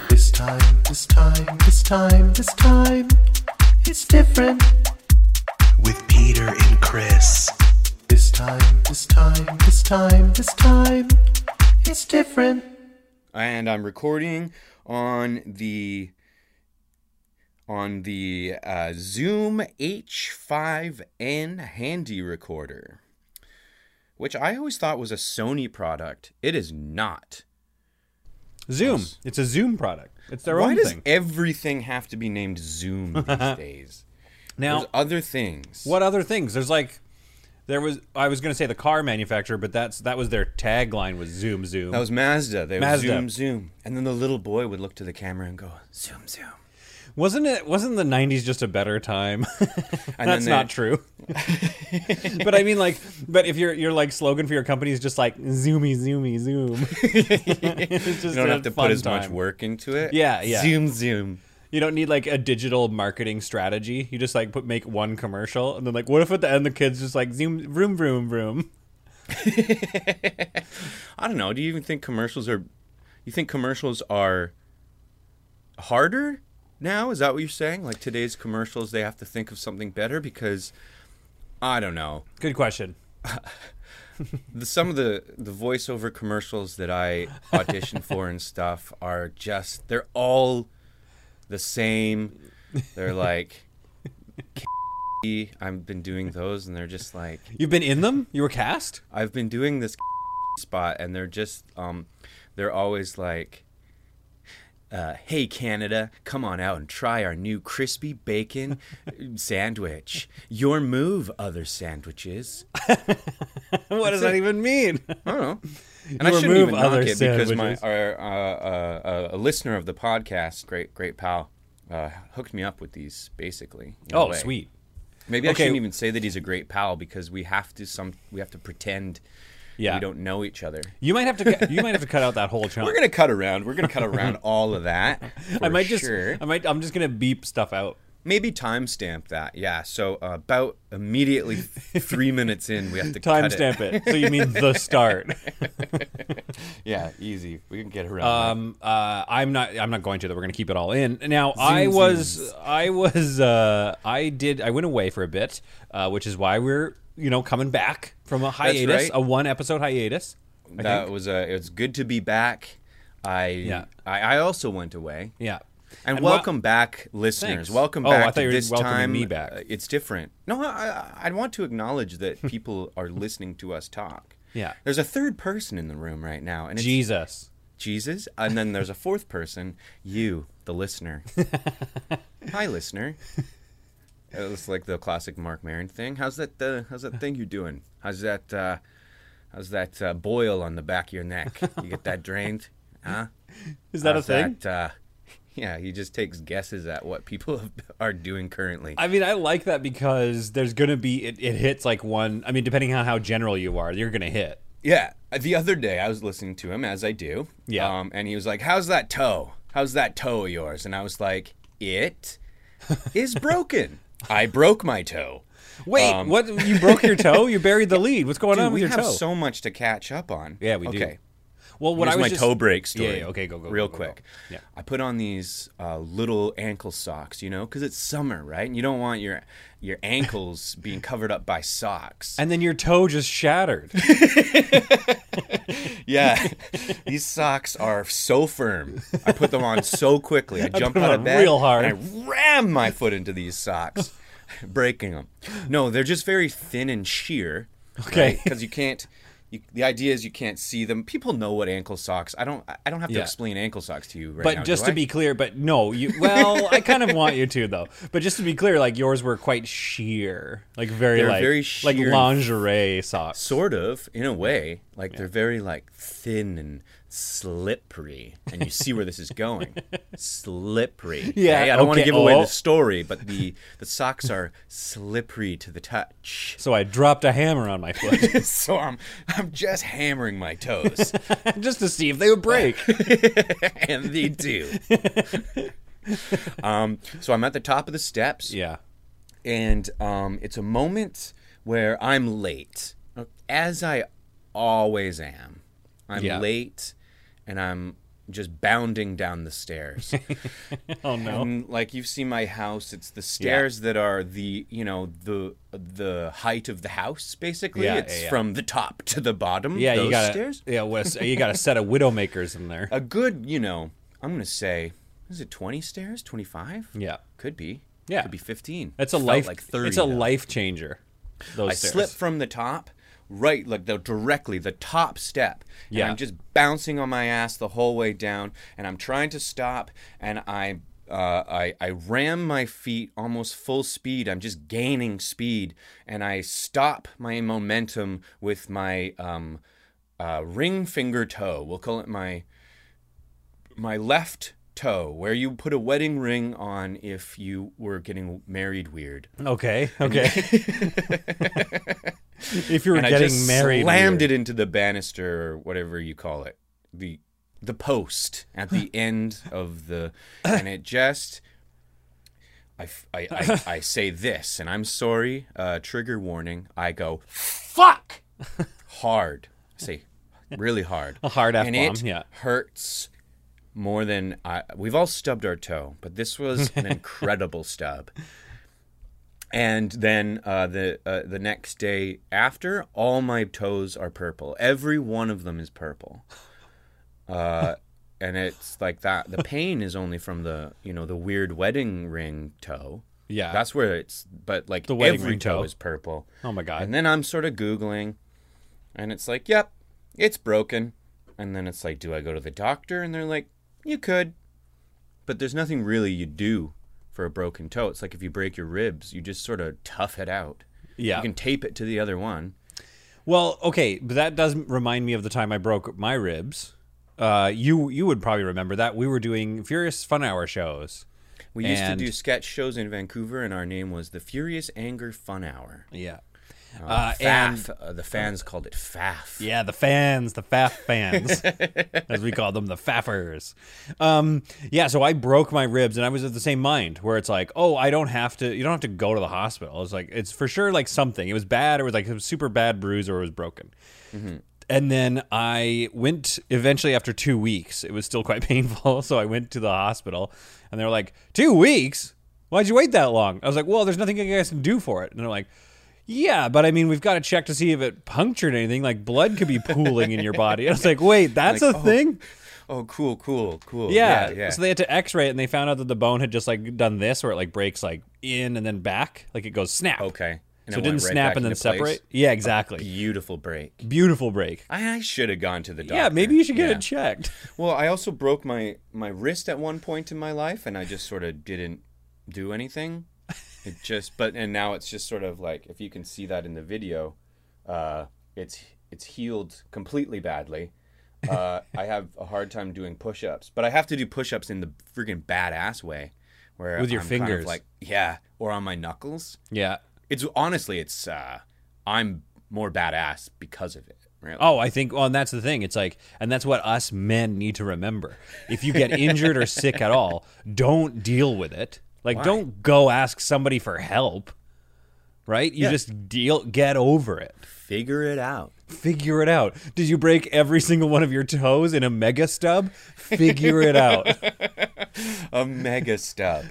time, this time, this time, this time, it's different. With Peter and Chris. This time, this time, this time, this time, it's different. and I'm recording on the on the uh, Zoom H5n handy recorder, which I always thought was a Sony product. It is not. Zoom. Yes. It's a Zoom product. It's their Why own does thing. everything have to be named Zoom these days? Now, There's other things. what other things? There's like there was I was going to say the car manufacturer, but that's that was their tagline was Zoom Zoom. That was Mazda. They would Mazda. zoom, zoom, and then the little boy would look to the camera and go zoom, zoom. wasn't it wasn't the 90s just a better time? then that's they- not true. but I mean like but if your your like slogan for your company is just like zoomy zoomy zoom. It's You just don't a have to fun put as much time. work into it. Yeah, yeah. Zoom, zoom. You don't need like a digital marketing strategy. You just like put make one commercial and then like what if at the end the kids just like zoom vroom vroom vroom. I don't know. Do you even think commercials are? You think commercials are harder now? Is that what you're saying? Like today's commercials, they have to think of something better because I don't know. Good question. The, some of the the voiceover commercials that I audition for and stuff are just they're all the same. They're like. I've been doing those, and they're just like You've been in them? You were cast? I've been doing this spot, and they're just, um, they're always like, uh, "Hey Canada, come on out and try our new crispy bacon sandwich. Your move, other sandwiches." what does that even mean? I don't know. And I Your shouldn't move, even knock other it because my sandwiches. our, uh, uh, uh, a listener of the podcast, great great pal, uh, hooked me up with these basically. in a Oh, way. sweet. Maybe I Okay. shouldn't even say that he's a great pal because we have to some we have to pretend Yeah. we don't know each other. You might have to cut- you might have to cut out that whole chunk. We're gonna cut around. We're gonna cut around all of that. I might just just I might I'm just going to beep stuff out. maybe timestamp that. Yeah. So uh, about immediately three minutes in, we have to cut Timestamp it. So you mean the start. Yeah, easy. We can get around. Um uh I'm not I'm not going to though. We're going to keep it all in. Now, I Zoom was I was uh I did I went away for a bit, uh which is why we're, you know, coming back from a hiatus, right. a one episode hiatus. I that. that think. was uh, it's good to be back. I Yeah. I, I also went away. Yeah. And, whi- welcome back, listeners. Thanks. Welcome Oh, I back. thought to you were this welcoming time, me back. uh, it's different. No, I, I, I want to acknowledge that people are listening to us talk. Yeah. There's a third person in the room right now, and it's Jesus. Jesus, and then there's a fourth person, you, the listener. Hi, listener. It was like the classic Mark Maron thing. How's that? Uh, how's that thing you doing? How's that? Uh, how's that uh, boil on the back of your neck? You get that drained? Huh? Is that How's a thing? that, uh, yeah, he just takes guesses at what people are doing currently. I mean, I like that because there's gonna be it, it hits like one. I mean, depending on how general you are, you're gonna hit. Yeah, the other day I was listening to him as I do. Yeah. Um, and he was like, "How's that toe? How's that toe of yours?" And I was like, "It is broken. I broke my toe." Wait, Um, what? You broke your toe? You buried the lead. What's going on we with your have toe? so much to catch up on. yeah, we do. okay. Well, what Here's I was my just, toe break story. Yeah, yeah, okay, go, go, real go, go, go. quick. Yeah. I put on these uh, little ankle socks, you know, because it's summer, right? And you don't want your your ankles being covered up by socks. And then your toe just shattered. Yeah, these socks are so firm. I put them on so quickly. I jumped them out on of bed real hard. and I rammed my foot into these socks, breaking them. No, they're just very thin and sheer. Okay. because you can't. You, the idea is you can't see them. People know what ankle socks. I don't. I don't have to Yeah. explain ankle socks to you right But now. just do to I? be clear, but no, you. Well, I kind of want you to though. But just to be clear, like yours were quite sheer, like very They're like very like sheer and- lingerie socks. sort of in a way, like they're very like thin and slippery, and you see where this is going. slippery. Yeah, okay? I don't want to okay, give away oh. the story, but the the socks are slippery to the touch. So I dropped a hammer on my foot so I'm I'm just hammering my toes, just to see if they would break. and they do. um, so I'm at the top of the steps. yeah. and um, it's a moment where I'm late, as I always am. I'm Yeah. late, and I'm just bounding down the stairs. Oh no. And like you see my house, it's the stairs that are the you know the the height of the house basically. Yeah, it's yeah, yeah. from the top to the bottom. Yeah, those you got stairs. yeah, Wes, you got a set of widowmakers in there. A good you know, I'm gonna say, is it 20 stairs? 25? Yeah, could be. Yeah. could be 15. it's a Felt life. Like 30. it's a though. life changer. Those I stairs. slip from the top, right, like the directly the top step. and Yeah. I'm just bouncing on my ass the whole way down, and I'm trying to stop, and I. Uh, I, I ram my feet almost full speed. I'm just gaining speed, and I stop my momentum with my um, uh, ring finger toe. We'll call it my my left toe, where you put a wedding ring on if you were getting married weird. Okay. Okay. if you were and getting I just married, slammed it into the banister or whatever you call it, the the post at the end of the, and it just. I, f- I- I- I say this, and I'm sorry, uh, trigger warning. I go, fuck! Hard. I say, really hard. A hard And F-bomb, it yeah. hurts more than I. We've all stubbed our toe, but this was an incredible stub. And then uh, the uh, the next day after, all my toes are purple. Every one of them is purple. Uh, and it's like that. The pain is only from the you know the weird wedding ring toe. Yeah. that's where it's. But like The wedding every ring toe toe. is purple. Oh my god. And then I'm sort of Googling, and it's like, yep, it's broken. And then it's like, do I go to the doctor? And they're like, you could. But there's nothing really you do for a broken toe. It's like if you break your ribs, you just sort of tough it out. Yeah. You can tape it to the other one. Well, okay, but that does remind me of the time I broke my ribs. Uh, you you would probably remember that we were doing Furious Fun Hour shows. We used And- to do sketch shows in Vancouver, and our name was the Furious Anger Fun Hour. Yeah. Uh, and FAF. uh, the fans called it FAF. yeah, the fans, the faff fans, as we call them, the faffers. Um, yeah, so I broke my ribs, and I was of the same mind where it's like, oh, I don't have to, you don't have to go to the hospital. It's like it's for sure like something. It was bad, or it was like a super bad bruise, or it was broken. and then I went eventually after two weeks. It was still quite painful, so I went to the hospital, and they were like, two weeks? Why'd you wait that long?" I was like, "Well, there's nothing you guys can do for it." And they're like, "Yeah, but I mean, we've got to check to see if it punctured anything. Like blood could be pooling in your body." I was like, "Wait, that's a thing?" Oh, cool, cool, cool. Yeah. oh, yeah. So they had to X-ray it, and they found out that the bone had just like done this, where it like breaks like in and then back, like it goes snap. okay. And So went it didn't right snap back and then into place. separate. Yeah, exactly. Beautiful break. Beautiful break. I, I should have gone to the doctor. Yeah, maybe you should get Yeah. it checked. Well, I also broke my my wrist at one point in my life, and I just sort of didn't do anything. It just, but and now it's just sort of like if you can see that in the video, uh, it's it's healed completely badly. Uh, I have a hard time doing push-ups, but I have to do push-ups in the freaking badass way, where With your I'm kind of fingers. like yeah, or on my knuckles. Yeah. It's honestly, it's uh, I'm more badass because of it. Really. Oh, I think. Well, and that's the thing. It's like, and that's what us men need to remember. If you get injured or sick at all, don't deal with it. Like, don't go ask somebody for help. Right? You just deal. Get over it. Figure it out. Figure it out. Did you break every single one of your toes in a mega stub? Figure it out. a mega stub.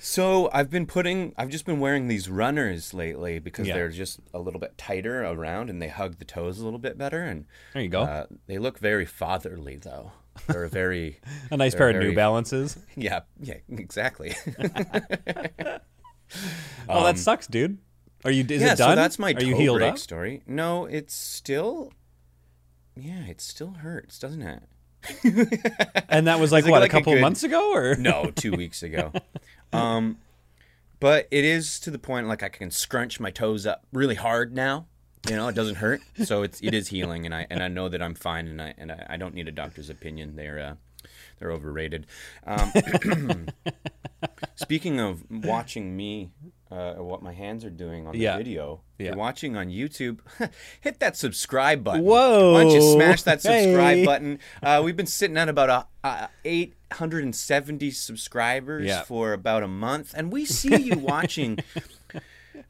so I've been putting, I've just been wearing these runners lately because Yeah. they're just a little bit tighter around and they hug the toes a little bit better. And There you go. Uh, they look very fatherly though. They're a very, a nice pair of very- New Balances. yeah, yeah, exactly. oh, that sucks, dude. Are you? Is Um, yeah, it done? so that's my Are you toe healed break up? story. No, it's still, yeah, it still hurts, doesn't it? And that was like it what like a a couple good- months ago, or No, two weeks ago. Um, but it is to the point like I can scrunch my toes up really hard now. You know, it doesn't hurt, so it's it is healing, and I and I know that I'm fine, and I and I, I don't need a doctor's opinion. They're uh, they're overrated. Um, speaking of watching me, uh, what my hands are doing on the Yeah. video. if Yeah. You're watching on YouTube. hit that subscribe button. Whoa. Why don't you smash that subscribe Hey. button? Uh, we've been sitting at about a, a 870 subscribers Yeah. for about a month, and we see you watching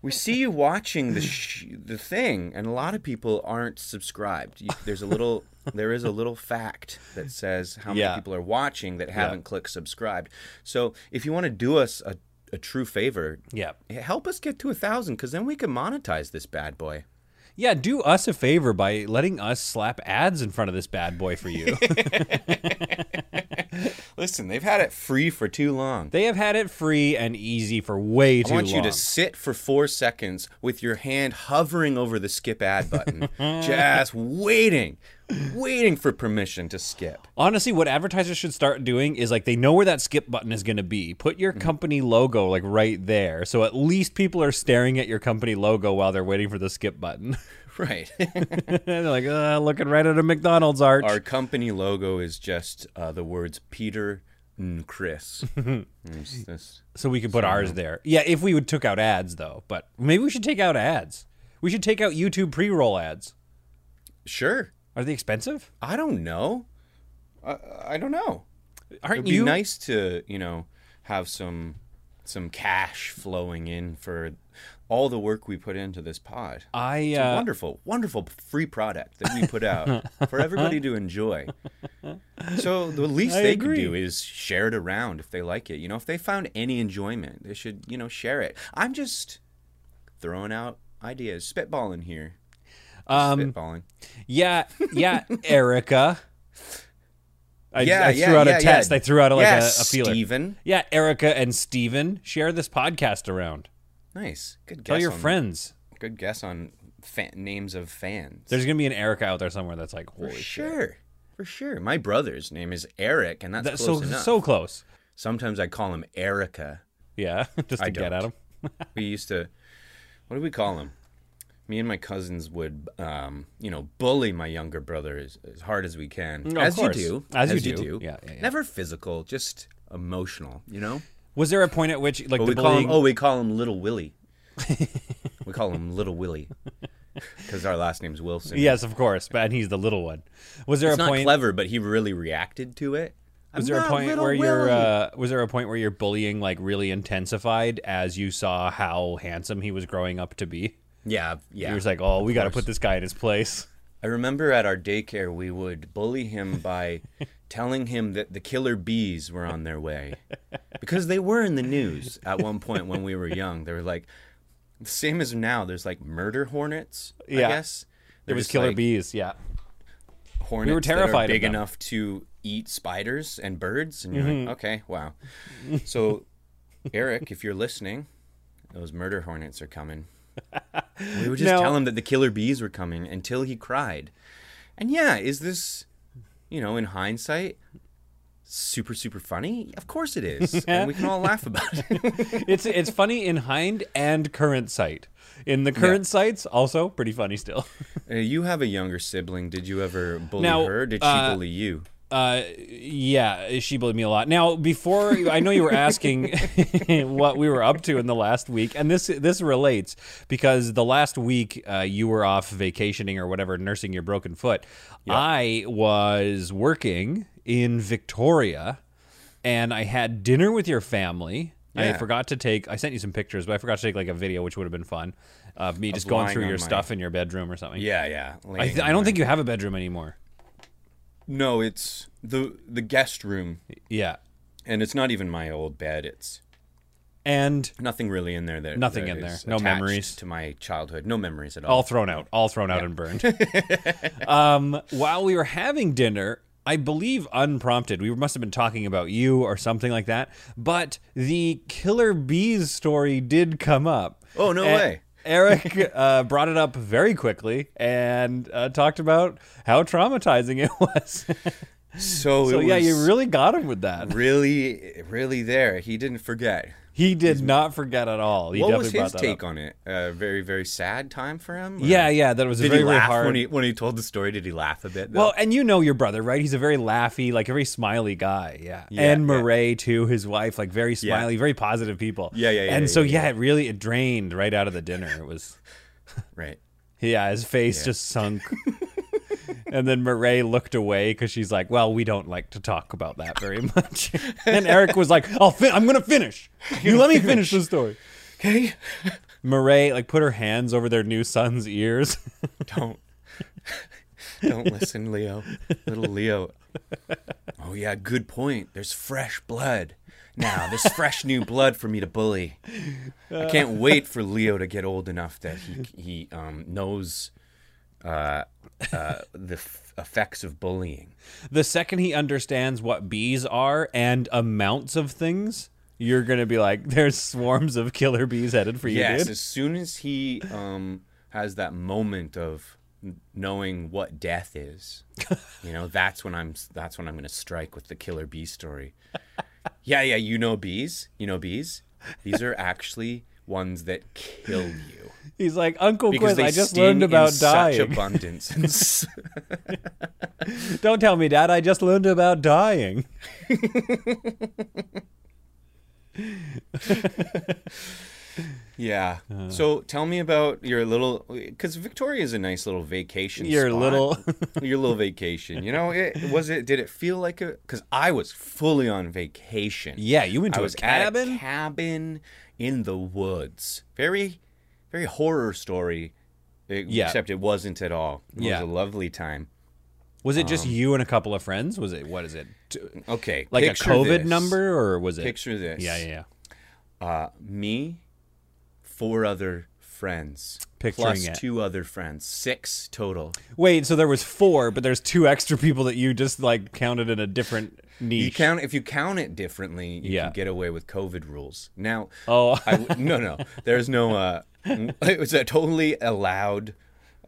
we see you watching the sh- the thing, and a lot of people aren't subscribed. You, there's a little, there is a little fact that says how many Yeah. people are watching that haven't clicked subscribed. So if you want to do us a, a true favor, Yeah. help us get to a thousand, because then we can monetize this bad boy. Yeah, do us a favor by letting us slap ads in front of this bad boy for you. Listen, they've had it free for too long. they have had it free and easy for way too I want long. you to sit for four seconds with your hand hovering over the skip ad button, just waiting, waiting for permission to skip. Honestly, what advertisers should start doing is like they know where that skip button is going to be. Put Mm-hmm. your company logo like right there, so at least people are staring at your company logo while they're waiting for the skip button. Right. they're like uh, looking right at a McDonald's arch. Our company logo is just uh, the words Peter and Chris. It's this- so we could put ours there. Yeah, if we would took out ads though, but maybe we should take out ads. We should take out YouTube pre-roll ads. Sure. Are they expensive? I don't know. I, I don't know. Aren't It'd be you nice to, you know, have some some cash flowing in for all the work we put into this pod. I It's a uh, wonderful, wonderful free product that we put out for everybody to enjoy. So the least I they agree. could do is share it around if they like it. You know, if they found any enjoyment, they should, you know, share it. I'm just throwing out ideas, spitballing here. um Spitballing. yeah yeah Erica. I, yeah, I threw yeah, out yeah, a test. yeah. I threw out like yeah, a, a feeler. Steven. Yeah, Erica and Steven, share this podcast around. Nice. Good guess. Tell your on- friends. Good guess on fan, names of fans. There's going to be an Erica out there somewhere that's like, for holy shit. sure. For sure. My brother's name is Eric, and that's, That's close so enough. so close. Sometimes I call him Erica. Yeah, just to I get don't. at him. we used to what do we call him me and my cousins would um, you know bully my younger brother as, as hard as we can Mm, of as course. you do As you do. Yeah, yeah, yeah. never physical just emotional you know Was there a point at which like but the we call him bullying? oh we call him little willie we call him little willie because our last name's wilson yes, of course. But and he's the little one. Was there it's a not point? clever but he really reacted to it Was I'm there a not point Little where your Willie. uh, was there a point where your bullying like really intensified as you saw how handsome he was growing up to be? yeah yeah You were like, oh, we got to put this guy in his place. I remember at our daycare, we would bully him by telling him that the killer bees were on their way because they were in the news at one point when we were young. They were like, same as now, there's like murder hornets, Yeah. I guess. It They're was just, killer like, bees. Yeah, Hornets terrified of that are big them. Mm-hmm. enough to eat spiders and birds. And you're like, okay, wow. So, Eric, if you're listening, those murder hornets are coming. We would just Now- tell him that the killer bees were coming until he cried. And yeah, is this, you know, in hindsight, super, super funny? Of course it is. and we can all laugh about it. it's it's funny in hind and current sight. In the current sights, also pretty funny still. Uh, you have a younger sibling. Did you ever bully Now, her? Did she uh, bully you? Uh, yeah, she bullied me a lot. Now, before I know you were asking what we were up to in the last week, and this this relates because the last week uh, you were off vacationing or whatever, nursing your broken foot. I was working in Victoria, and I had dinner with your family. I Yeah. forgot to take. I sent you some pictures, but I forgot to take like a video, which would have been fun, of me just going lying through on your my- stuff in your bedroom or something. Yeah, yeah. I, th- I don't think you have a bedroom anymore. No, it's the the guest room, Yeah, and it's not even my old bed. It's and. nothing really in there. That Nothing that in there. is No attached memories. Oh, to my childhood. No memories at all all. thrown out, all thrown out and burned. um, while we were having dinner, I believe unprompted, we must have been talking about you or something like that. But the killer bees story did come up. Oh, no And way. Eric uh, brought it up very quickly and uh, talked about how traumatizing it was. So, so it yeah, was you really got him with that. really, really there. He didn't forget. He did not forget at all. He what definitely was brought his that take up. on it? A very, very sad time for him. Or- Yeah, yeah, that was Did very, he very laugh hard. when he when he told the story? Did he laugh a bit? though? Well, and you know your brother, right? He's a very laughy, like a very smiley guy. Yeah. Yeah, and yeah. Murray too, his wife, like very smiley, very positive people. Yeah, yeah, yeah, And yeah, so yeah, yeah, it really it drained right out of the dinner. It was right. yeah, his face just sunk. and then Murray looked away because she's like, "Well, we don't like to talk about that very much." and Eric was like, "I'll fin- I'm gonna finish. You let me finish the story." Okay. Marae like put her hands over their new son's ears. Don't. Don't listen, Leo. Little Leo. Oh, yeah, good point. There's fresh blood. Now, there's fresh new blood for me to bully. I can't wait for Leo to get old enough that he, he um, knows uh, uh, the f- effects of bullying. the second he understands what bees are and amounts of things, you're gonna be like, "There's swarms of killer bees headed for you, Yes, dude." as soon as he um, has that moment of n- knowing what death is, you know, that's when I'm that's when I'm going to strike with the killer bee story. Yeah, yeah, you know bees, you know bees. These are actually ones that kill you He's like, "Uncle because Quiz, they I just sting learned about in such dying. abundance. And s- Don't tell me, Dad, I just learned about dying." yeah. Uh. so tell me about your little because Victoria is a nice little vacation. Your spot. little your little vacation. You know, it was it. Did it feel like a? Because I was fully on vacation. Yeah, you went I to a was at a cabin. cabin in the woods. Very, very horror story. e- Yeah. Except it wasn't at all. It Yeah. was a lovely time. Was it Um, just you and a couple of friends? Was it what is it? T- Okay, Like a picture COVID this. number or was it? Picture this. Yeah, yeah, yeah. Uh, me, four other friends, Picturing plus it. two other friends, six total. Wait, so there was four, but there's two extra people that you just like counted in a different niche. You count if you count it differently, you Yeah. can get away with COVID rules. Now, Oh. I w- no, no, there's no. Uh, it was a totally allowed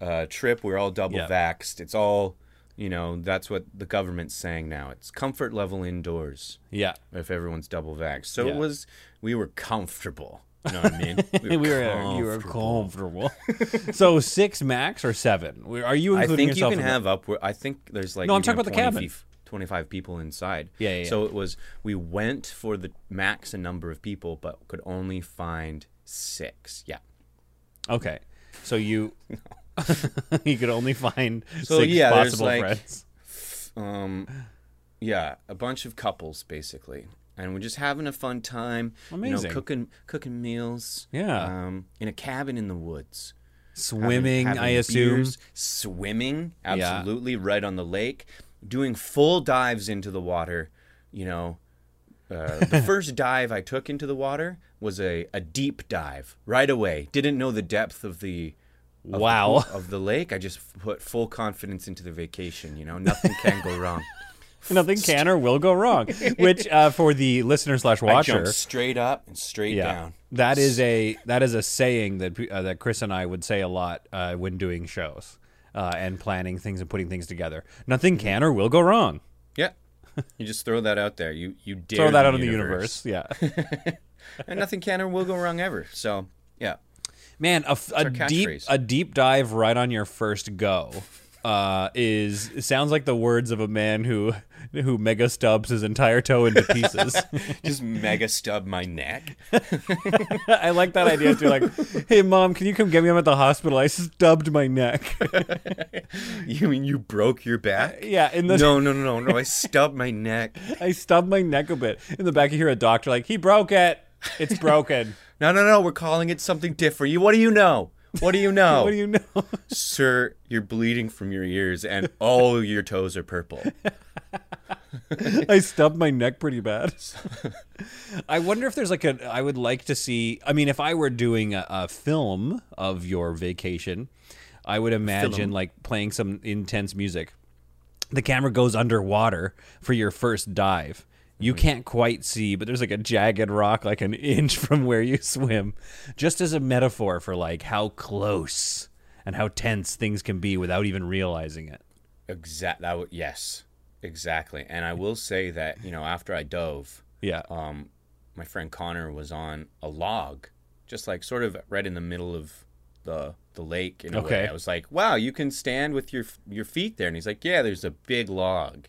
uh, trip. We're all double Yeah. vaxxed. It's all, you know, that's what the government's saying now. It's comfort level indoors yeah. if everyone's double vaxxed. So Yeah. it was. We were comfortable. You know what I mean? We were uh, you were comfortable. so six max or seven? We- Are you I including think you yourself? can in the- have upward. I think there's like No, I'm even talking about the 20 cabin. fif- 25 people inside. Yeah, yeah, So it was we went for the max number of people, but could only find six. Yeah. okay. So you you could only find So, six yeah, there's, possible like- friends. Um, yeah, a bunch of couples basically, and we're just having a fun time. You Amazing. know, cooking cooking meals. Yeah. Um, in a cabin in the woods. having- Swimming, having I assume. beers, swimming, absolutely, right on the lake, doing full dives into the water. You know, uh, the first dive I took into the water was a, a deep dive right away. Didn't know the depth of the of the Wow. pool- of the lake. I just put full confidence into the vacation. You know, nothing can go wrong. Nothing can or will go wrong. Which uh, for the listener slash I watcher, jumped straight up and straight down. That is a that is a saying that pe- uh, that Chris and I would say a lot uh, when doing shows uh, and planning things and putting things together. Nothing Mm-hmm. can or will go wrong. Yeah. You just throw that out there. You you dare Throw that the out in the universe. universe. Yeah, and nothing can or will go wrong ever. So yeah, man, a, f- a our deep catchphrase. a deep dive right on your first go uh, is sounds like the words of a man who who mega stubs his entire toe into pieces. just mega stub my neck. I like that idea too. Like, hey mom, can you come get me? I'm at the hospital. I stubbed my neck. You mean you broke your back? Uh, yeah, in the No, no, no, no, no. I stubbed my neck. I stubbed my neck a bit. In the back, you hear a doctor like, "He broke it. It's broken." No, no, no. We're calling it something different. You, what do you know? What do you know? what do you know? Sir, you're bleeding from your ears and all your toes are purple. I stubbed my neck pretty bad. I wonder if there's like a. I would like to see. I mean, if I were doing a, a film of your vacation, I would imagine like playing some intense music. The camera goes underwater for your first dive. You can't quite see, but there's like a jagged rock, like an inch from where you swim, just as a metaphor for like how close and how tense things can be without even realizing it. Exact. That would yes, exactly. And I will say that you know after I dove, Yeah. um, my friend Connor was on a log, just like sort of right in the middle of the the lake. In a Okay. way, I was like, "Wow, you can stand with your your feet there." And he's like, "Yeah, there's a big log."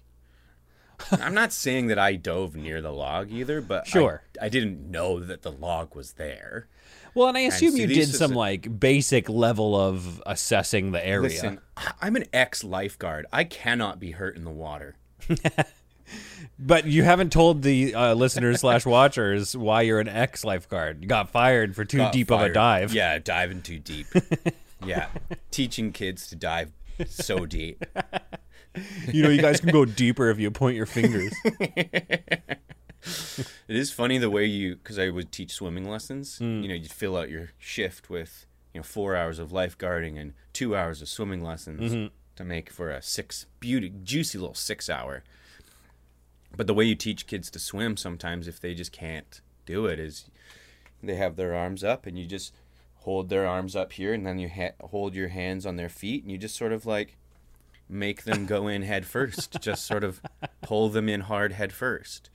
I'm not saying that I dove near the log either, but I- Sure. I, didn't know that the log was there. Well, and I assume see, you these did is some a- like basic level of assessing the area. Listen, I- I'm an ex lifeguard. I cannot be hurt in the water. But you haven't told the uh, listeners slash watchers why you're an ex lifeguard. You got fired for too Got deep of a fired. dive. Yeah, diving too deep. yeah, teaching kids to dive so deep. You know, you guys can go deeper if you point your fingers. It is funny the way you, because I would teach swimming lessons. You know, you'd fill out your shift with you know four hours of lifeguarding and two hours of swimming lessons to make for a six beauty juicy little six hour. But the way you teach kids to swim sometimes, if they just can't do it, is they have their arms up and you just hold their arms up here and then you ha- hold your hands on their feet and you just sort of like make them go in head first just sort of pull them in hard head first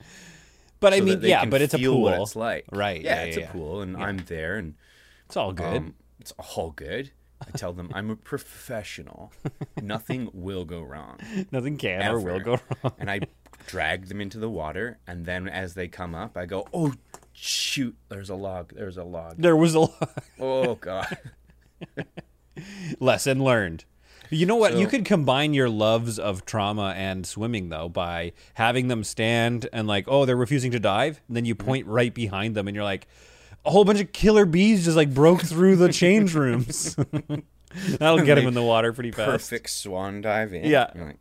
But I so that mean, they yeah, can but it's a feel pool. What it's like, Right, Yeah, yeah, it's yeah. a pool, and I'm there, and It's all good. um, it's all good. I tell them I'm a professional. Nothing will go wrong. Nothing can or will ever. go wrong. and I drag them into the water, and then as they come up, I go, "Oh shoot! There's a log. There's a log. There was a lo- Oh god." lesson learned. You know what? you So- could combine your loves of trauma and swimming though by having them stand and like, oh, they're refusing to dive, and then you Mm-hmm. point right behind them, and you're like, a whole bunch of killer bees just like broke through the change rooms. That'll get them in the water pretty fast. perfect swan dive in. Yeah. You're like-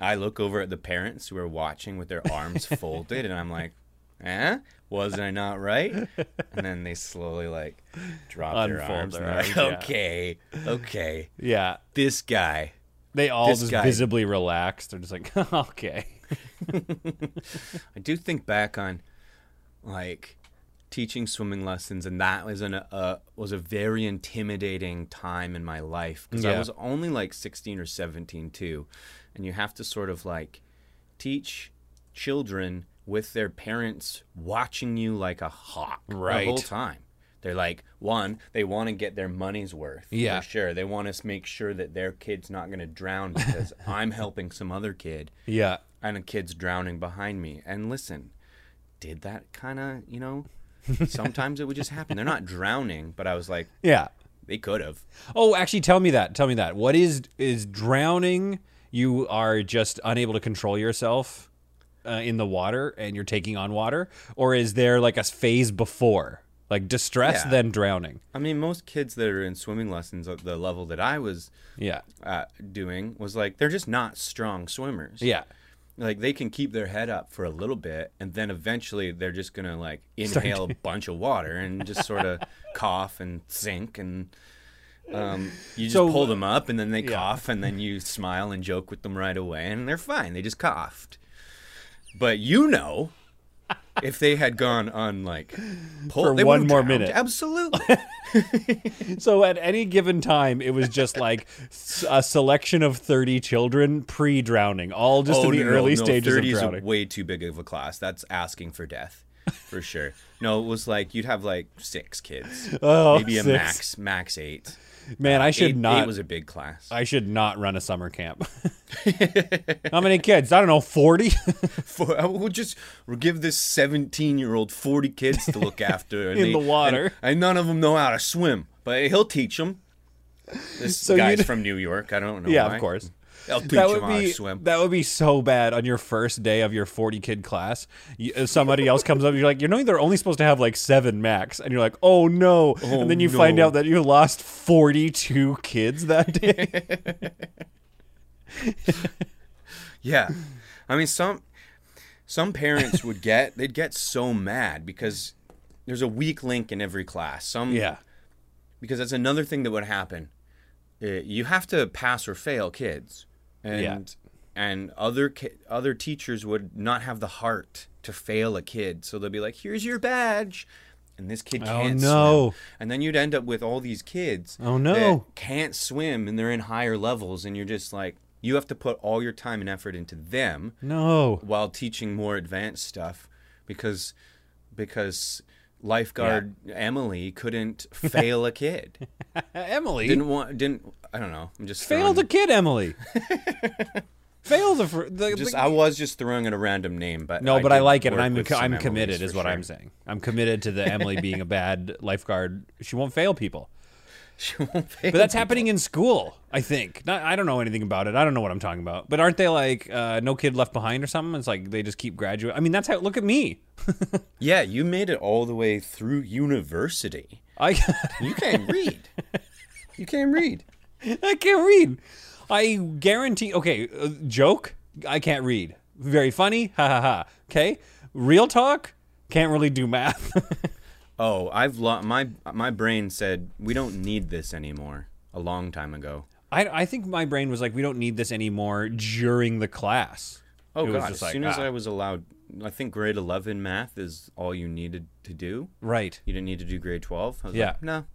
I look over at the parents who are watching with their arms folded, and I'm like, eh? Was I not right? And then they slowly like drop their Unfold arms. their and they're arms, like, yeah. okay, okay, Yeah, this guy. they all This just guy- visibly relaxed. They're just like, okay, I do think back on like teaching swimming lessons, and that was an uh, was a very intimidating time in my life because Yeah. I was only like sixteen or seventeen too, and you have to sort of like teach children with their parents watching you like a hawk the whole Right. time. They're like one, they want to get their money's worth. Yeah. for sure. They want to make sure that their kid's not going to drown because I'm helping some other kid yeah, and a kid's drowning behind me. And listen, did that kind of, you know, sometimes it would just happen. They're not drowning, but I was like, yeah. they could have. Oh, actually, tell me that. Tell me that. What is is drowning? You are just unable to control yourself uh, in the water, and you're taking on water, or is there like a phase before, like distress, Yeah. then drowning? I mean, most kids that are in swimming lessons at the level that I was Yeah, uh, doing was like, they're just not strong swimmers. yeah, Like, they can keep their head up for a little bit, and then eventually they're just going to, like, inhale a bunch of water and just sort of cough and sink. And um, you just So- pull them up, and then they cough, and then you smile and joke with them right away, and they're fine. They just coughed. But you know, if they had gone on like pull, For they one would've more drowned. minute. absolutely. So at any given time, it was just like s- a selection of thirty children pre-drowning, all just in the Oh, no, early no, stages of 30 is a drowning. way too big of a class. That's asking for death, for sure. No, it was like you'd have like six kids, Oh, maybe a max six. max eight. Man, I should uh, eight, not. Eight was a big class. I should not run a summer camp. How many kids? I don't know, forty. For, I will just give this seventeen-year-old forty kids to look after and In they- the water. and, and none of them know how to swim, but he'll teach them. This guy's you'd- from New York. I don't know. yeah, why. of course. He'll teach that 'em would how be to swim. that would be so bad on your first day of your 40 kid class you, uh, somebody else comes up and you're like you know they're only supposed to have like seven max and you're like oh no and then you find no. out that you lost 42 kids that day Yeah. I mean some some parents would get they'd get so mad because there's a weak link in every class. Some yeah because that's another thing that would happen. Uh, You have to pass or fail kids. And Yeah. and other ki- other teachers would not have the heart to fail a kid. So they'll be like, "Here's your badge." And this kid can't Oh, no. swim. And then you'd end up with all these kids Oh, no. that can't swim and they're in higher levels and you're just like you have to put all your time and effort into them no while teaching more advanced stuff because because lifeguard Emily couldn't fail a kid. emily Didn't want didn't I don't know. I'm just failed throwing, a kid emily failed a fr- the, just the- I was just throwing in a random name, but no, but I did like it, and work I'm with co- some I'm Emilys committed, for is what sure. I'm saying. I'm committed to the Emily being a bad lifeguard. She won't fail people. She won't pay. But that's happening in school, I think. Not, I don't know anything about it. I don't know what I'm talking about. But aren't they like uh, no kid left behind or something? It's like they just keep graduating. I mean, that's how. Look at me. Yeah, you made it all the way through university. I You can't read. you can't read. I can't read. I guarantee. Okay, uh, joke. I can't read. Very funny. Ha ha ha. Okay. Real talk. Can't really do math. Oh, I've lo- my my brain said we don't need this anymore. A long time ago. I, I think my brain was like, we don't need this anymore during the class. Oh It was god! As just like, soon as ah. I was allowed, I think grade eleven math is all you needed to do. Right. You didn't need to do grade twelve. I was Yeah. like, no, I'm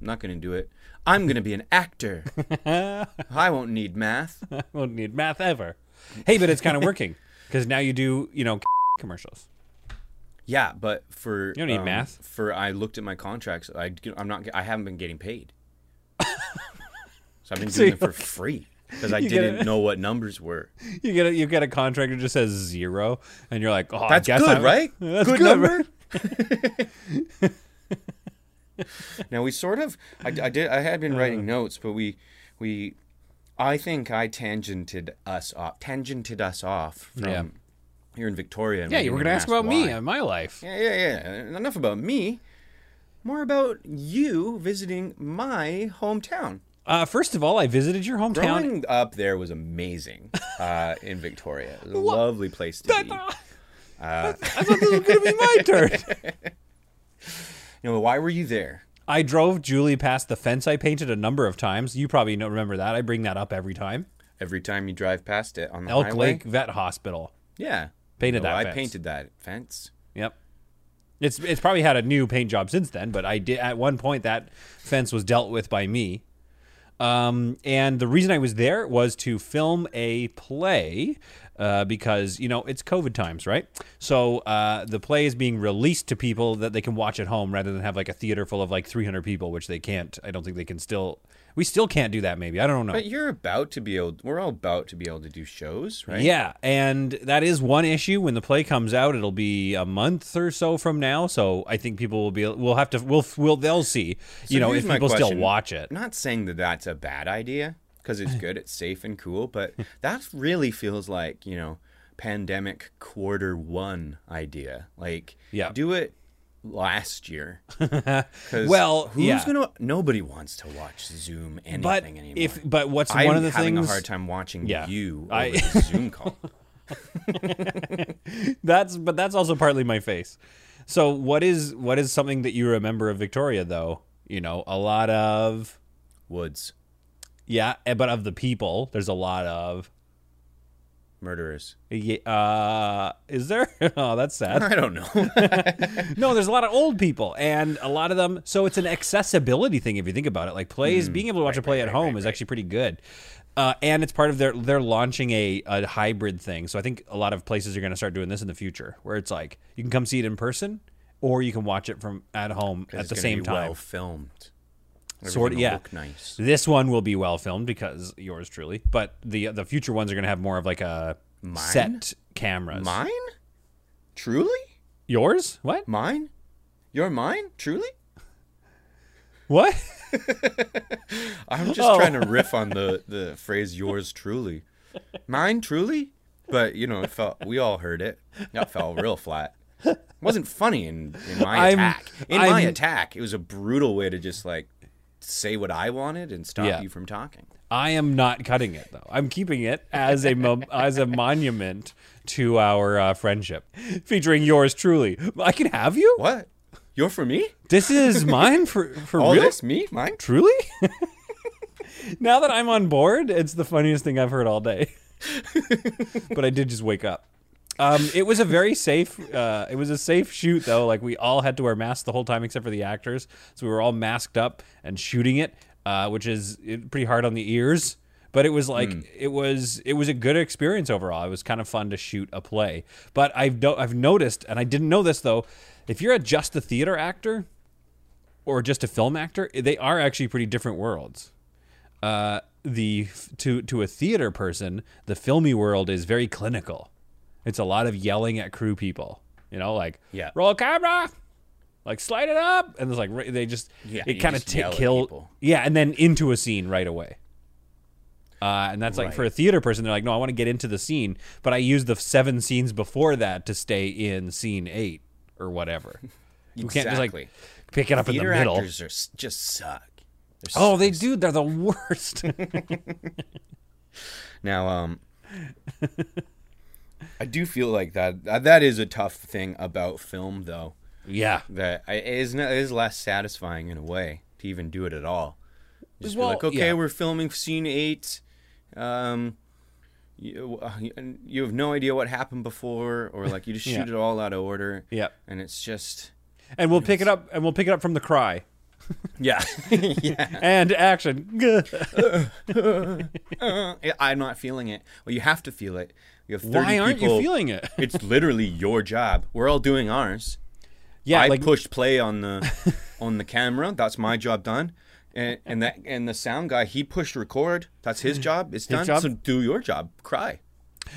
not gonna do it. I'm gonna be an actor. I won't need math. won't need math ever. Hey, but it's kind of working because now you do, you know, commercials. Yeah, but for you don't need math. For I looked at my contracts. I I'm not. I haven't been getting paid. so I've been doing it for free because I you get didn't it. know what numbers were. You get a, you get a contract that just says zero, and you're like, oh, I That's guess good, I'm- right? That's good, good, number. now we sort of. I, I did. I had been Uh. writing notes, but we we. I think I tangented us off. Tangented us off from Yeah. here in Victoria. and Yeah, we you were didn't gonna even ask about why. me and my life. Yeah, yeah, yeah. Enough about me. More about you visiting my hometown. Uh, first of all, I visited your hometown. Growing up there was amazing uh, in Victoria. It was a lovely place to be. I Uh. thought this was gonna be my turn. You know, why were you there? I drove Julie past the fence I painted a number of times. You probably don't remember that. I bring that up every time. Every time you drive past it on the Elk highway. Lake Vet Hospital. Yeah. Painted No, that Oh, I fence. painted that fence. Yep. It's it's probably had a new paint job since then, but I did at one point that fence was dealt with by me. Um, and the reason I was there was to film a play uh, because you know it's COVID times, right? So uh, the play is being released to people that they can watch at home rather than have like a theater full of like 300 people, which they can't. I don't think they can still. We still can't do that. Maybe I don't know. But you're about to be able. We're all about to be able to do shows, right? Yeah, and that is one issue. When the play comes out, it'll be a month or so from now. So I think people will be. We'll have to. We'll. We'll. They'll see. you know, here's if my people still question. watch it. Not saying that that's a bad idea because it's good, it's safe and cool, but that really feels like, you know, pandemic quarter one idea. Like, Yeah. do it last year. 'Cause Well, who's yeah. gonna? Nobody wants to watch Zoom anything But anymore. if. But what's I'm one of the having things? a hard time watching Yeah. you over I- the Zoom call. That's. But that's also partly my face. So what is what is something that you remember of Victoria though? You know, a lot of Woods, yeah, eh, but of the people, there's a lot of. murderers. Yeah, uh, is there? Oh, that's sad. I don't know. No, Oh, there's a lot of old people, and a lot of them. So it's an accessibility thing if you think about it. Like Hmm. plays, being able to watch a play at home is actually pretty good, uh, and it's part of their they're launching a, a hybrid thing. So I think a lot of places are going to start doing this in the future, where it's like you can come see it in person, or you can watch it from at home at It's the gonna same be time. well filmed. Sort Everything'll yeah. look nice. This one will be well filmed because yours truly, but the the future ones are going to have more of like a set cameras. Mine? Truly? Yours? What? Mine? You're mine? Truly? What? I'm just Oh. trying to riff on the, the phrase yours truly. Mine truly? But you know, it felt we all heard it. That fell real flat. It wasn't funny in, in my I'm- attack. In my I'm- attack, it was a brutal way to just like say what I wanted and stop Yeah. you from talking. I am not cutting it though. I'm keeping it as a mo- as a monument to our uh, friendship, featuring yours truly. I can have you. What? You're for me? This is mine for for All real. Oh, this? Me? Mine? Truly. now that I'm on board, it's the funniest thing I've heard all day. but I did just wake up. Um, it was a very safe. Uh, it was a safe shoot though. Like we all had to wear masks the whole time except for the actors, so we were all masked up and shooting it, uh, which is uh, pretty hard on the ears. But it was like it was it was a good experience overall. It was kind of fun to shoot a play. But I've do- I've noticed, and I didn't know this though, if you're a just a theater actor, or just a film actor, they are actually pretty different worlds. Uh, the to to a theater person, the filmy world is very clinical. It's a lot of yelling at crew people. You know, like Yeah. roll camera, like slide it up, and it's like ri- they just Yeah, it you kind of just yell at kill people. yeah, and then into a scene right away. Uh, and that's like for a Right. theater person, they're like, no, I want to get into the scene, but I use the seven scenes before that to stay in scene eight or whatever. You can't just like Exactly. pick it up in Theater the middle. actors are s- just suck. They're Oh, they do. They're the worst. Now, um, I do feel like that. that- That is a tough thing about film, though. yeah. That I- it is, not, it is less satisfying in a way to even do it at all. Just Well, be like, okay, yeah. we're filming scene eight. Um, you, uh, you- you have no idea what happened before, or like you just shoot it Yeah. all out of order. Yep. And it's just, And we'll pick it up and we'll pick it up from the cry. yeah, yeah. And action. I'm not feeling it. Well, you have to feel it. You have 30 Why aren't people- you feeling it? it's literally your job. We're all doing ours. Yeah, I like pushed play on the on the camera. That's my job done. And, and that and the sound guy he pushed record. That's his job. It's done. Mm. job? So do your job. Cry.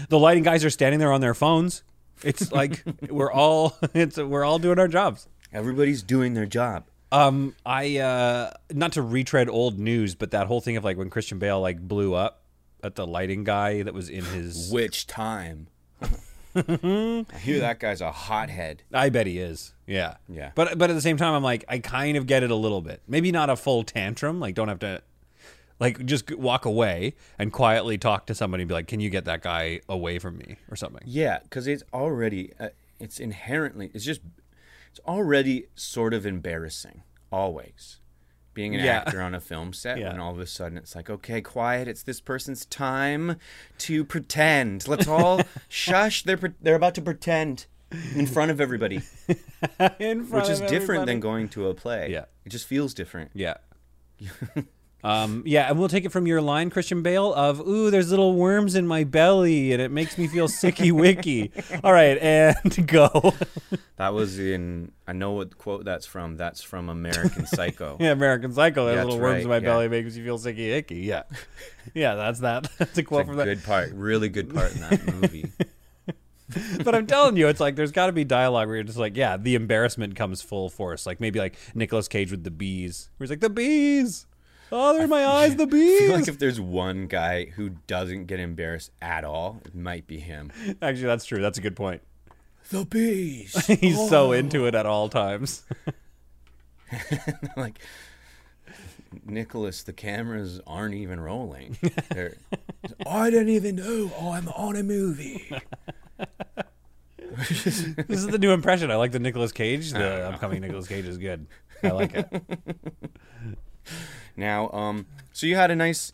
the lighting guys are standing there on their phones. It's like we're all it's we're all doing our jobs. Everybody's doing their job. Um, I uh, not to retread old news, but that whole thing of like when Christian Bale like blew up at the lighting guy that was in his. Which time? I hear that guy's a hothead. I bet he is. Yeah. Yeah. But but at the same time, I'm like I kind of get it a little bit. Maybe not a full tantrum. Like don't have to. Like just walk away and quietly talk to somebody and be like, "Can you get that guy away from me?" or something. Yeah, because it's already uh, it's inherently it's just it's already sort of embarrassing always being an Yeah. actor on a film set Yeah. when all of a sudden it's like okay quiet it's this person's time to pretend let's all shush they're pre- they're about to pretend in front of everybody In front which is of different everybody. than going to a play Yeah. it just feels different Yeah. um, yeah, and we'll take it from your line, Christian Bale, of "Ooh, there's little worms in my belly, and it makes me feel sicky wicky." All right, and go. that was in I know what quote that's from that's from American Psycho yeah, American Psycho. There's That's little worms right, in my yeah. belly, makes you feel sicky icky. Yeah, yeah, that's that. That's a quote It's a from that. good part really good part in that movie but I'm telling you, it's like there's got to be dialogue where you're just like, yeah, the embarrassment comes full force. Like maybe like Nicolas Cage with the bees, where he's like, the bees. Oh, they're in my eyes, the I bees. feel like if there's one guy who doesn't get embarrassed at all, it might be him. Actually, that's true. That's a good point. Oh. The bees. He's so into it at all times. like Nicholas, the cameras aren't even rolling. They're, I don't even know I'm on a movie. This is the new impression. I like the Nicolas Cage. The upcoming Nicolas Cage is good. I like it. Now, um, so you had a nice,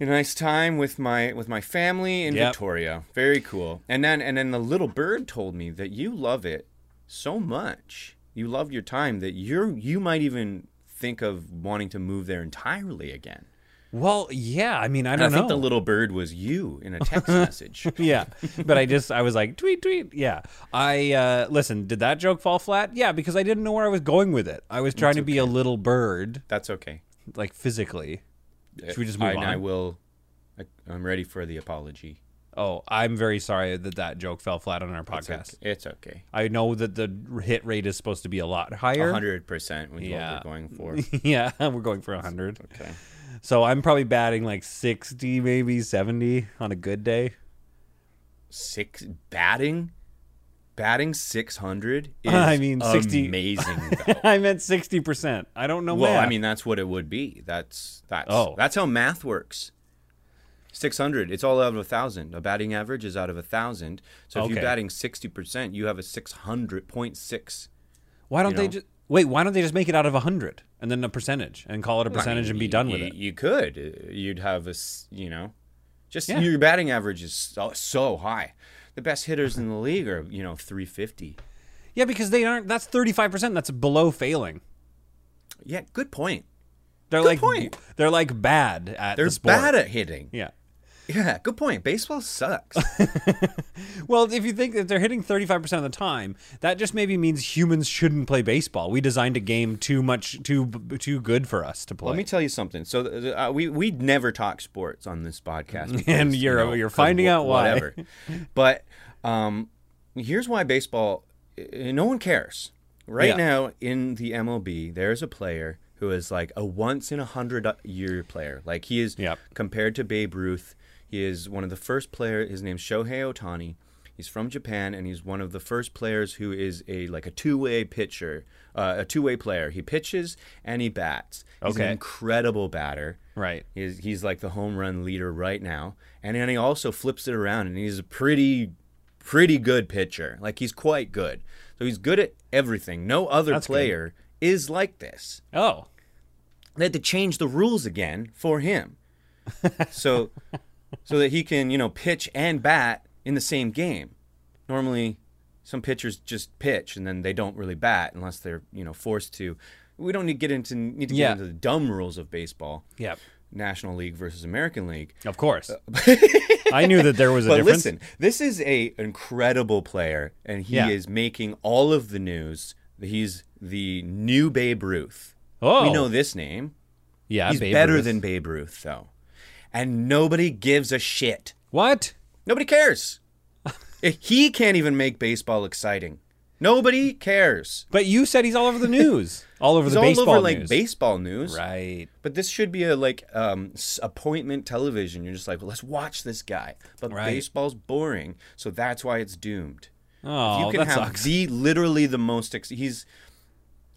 you know, nice time with my with my family in Yep. Victoria. Very cool. And then and then the little bird told me that you love it so much. You love your time that you're you might even think of wanting to move there entirely again. Well, yeah. I mean, I And I, don't think know. the little bird was you in a text message. yeah, but I just I was like tweet tweet. Yeah, I uh, listen. Did that joke fall flat? Yeah, because I didn't know where I was going with it. I was trying to be a little bird, That's okay. like physically. Should we just move I, on? I will. I, I'm ready for the apology. Oh, I'm very sorry that that joke fell flat on our It's podcast. okay. It's okay. I know that the hit rate is supposed to be a lot higher. hundred percent was Yeah. what we're going for. yeah, we're going for hundred. Okay. So I'm probably batting like sixty, maybe seventy on a good day. Six batting, batting six hundred is I mean, 60 amazing. Though. I meant sixty percent. I don't know. well, math. I mean that's what it would be. That's that's Oh. that's how math works. Six hundred. It's all out of a thousand. A batting average is out of a thousand. So if Okay. you're batting sixty percent, you have a six hundred point six. why don't you they know? just wait? Why don't they just make it out of hundred and then a percentage and call it a percentage and be done with you, it? You could. Uh, You'd have a, s- you know, just Yeah. your batting average is so, so high. The best hitters in the league are, you know, 350. Yeah, because they aren't. That's thirty five percent. That's below failing. Yeah, good point. They're Good like point. they're like bad at They're the sport. bad at hitting. yeah. Yeah, good point. Baseball sucks. Well, if you think that they're hitting 35% of the time, that just maybe means humans shouldn't play baseball. We designed a game too much too b- too good for us to play. Let me tell you something. So th- th- uh, we we never talk sports on this podcast, And you're- you're finding wh- out why. Whatever. but um, here's why baseball. uh, No eh, one cares. Right Yeah. now in the MLB, there is a player who is like a once in a hundred uh, year player. Like he is Yep. compared to Babe Ruth. He is one of the first player. His name's Shohei Otani. He's from Japan, and he's one of the first players who is a like a two way pitcher, uh, a two way player. He pitches and he bats. He's an Okay. incredible batter. Right. He's, he's like the home run leader right now. And then he also flips it around and he's a pretty, pretty good pitcher. Like he's quite good. So he's good at everything. No other That's good. player is like this. Oh, They had to change the rules again for him. So so that he can, you know, pitch and bat in the same game. Normally some pitchers just pitch and then they don't really bat unless they're, you know, forced to. We don't need to get into need to get Yeah. into the dumb rules of baseball. yeah. National League versus American League. Of course. I knew that there was Uh, a But difference. listen, this is a incredible player, and he Yeah. is making all of the news. He's the new Babe Ruth. oh, We know this name. yeah, He's Babe better Ruth. than Babe Ruth, though, and nobody gives a shit. what? Nobody cares. he can't even make baseball exciting. Nobody cares. But you said he's all over the news, all over It's the all baseball over like news. baseball news. right. But this should be a like um, s- appointment television. You're just like, well, let's watch this guy. But Right. baseball's boring, so that's why it's doomed. Oh, you can that have sucks. the literally the most. Ex- he's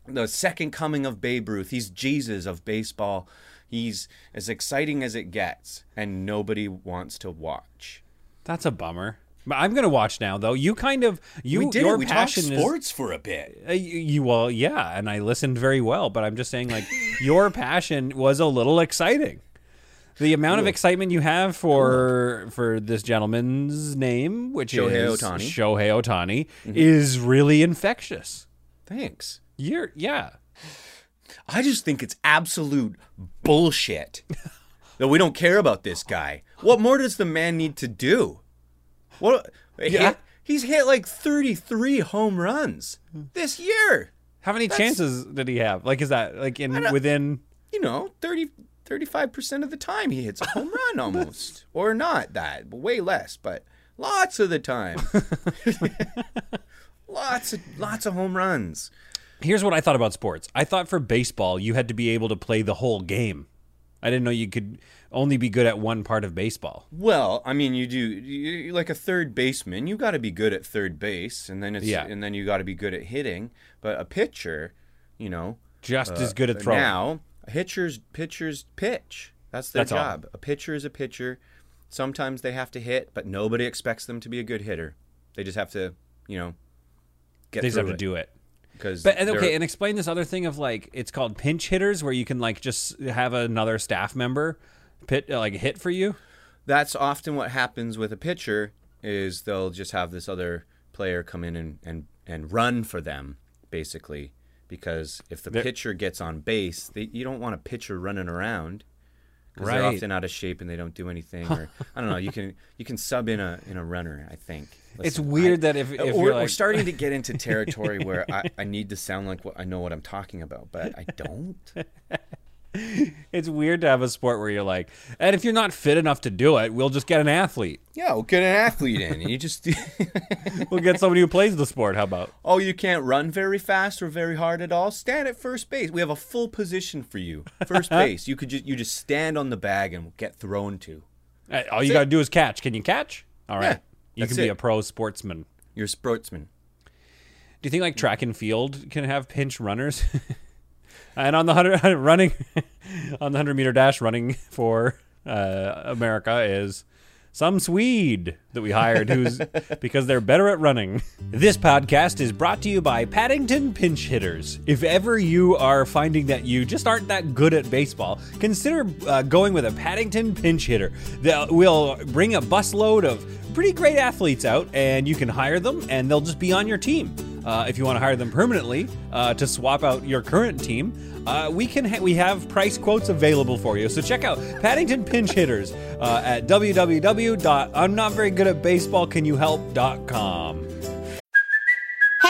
the second coming of Babe Ruth. He's Jesus of baseball. He's as exciting as it gets, and nobody wants to watch. That's a bummer. But I'm gonna watch now, though. You kind of you We did your it. We talked passion is sports for a bit. Uh, you, you well, yeah, and I listened very well, but I'm just saying, like, your passion was a little exciting. The amount of excitement you have for for this gentleman's name, which Shohei is Ohtani. Mm-hmm. Shohei Otani, is really infectious. Thanks. You're yeah, I just think it's absolute bullshit that we don't care about this guy. What more does the man need to do? What? Yeah. He, he's hit like 33 home runs this year. how many chances did he have? Like, is that like in within? You know, 30, 35% of the time he hits a home run almost. or not that, but way less, but lots of the time. lots of lots of home runs. Here's what I thought about sports. I thought for baseball, you had to be able to play the whole game. I didn't know you could only be good at one part of baseball. Well, I mean, you do you, you're like a third baseman. You got to be good at third base, and then it's Yeah. and then you got to be good at hitting. But a pitcher, you know, Just as good Uh, at but throwing. now pitchers pitchers pitch. That's their That's all. job. A pitcher is a pitcher. Sometimes they have to hit, but nobody expects them to be a good hitter. They just have to, you know, get they just through have to do it. because. But and okay, and explain this other thing of like it's called pinch hitters, where you can like just have another staff member pit uh, like hit for you. that's often what happens with a pitcher is they'll just have this other player come in and, and, and run for them basically because if the pitcher gets on base they, you don't want a pitcher running around because they're Right. often out of shape and they don't do anything or i don't know you can you can sub in a in a runner i think It's Listen, I- weird that if, if we're, you're we're like starting to get into territory where I, I need to sound like what I know what I'm talking about, but I don't. it's weird to have a sport where you're like, and if you're not fit enough to do it, we'll just get an athlete. Yeah, well, get an athlete in. You just We'll get somebody who plays the sport. How about? Oh, you can't run very fast or very hard at all. Stand at first base. We have a full position for you. First base. You could just you just stand on the bag and get thrown to. Uh, All you got to do is catch. Can you catch? All right, you that's can be it. a pro sportsman. You're a sportsman. Do you think like track and field can have pinch runners? and on the hundred running, on the hundred meter dash, running for uh, America is some Swede that we hired, who's because they're better at running. This podcast is brought to you by Paddington Pinch Hitters. If ever you are finding that you just aren't that good at baseball, consider uh, going with a Paddington Pinch Hitter. They'll- We'll bring a busload of pretty great athletes out, and you can hire them, and they'll just be on your team. Uh, if you want to hire them permanently uh, to swap out your current team, uh, we can ha- we have price quotes available for you. So check out Paddington Pinch Hitters uh, at www.imnotverygood at baseball. Can you help.com. Hey,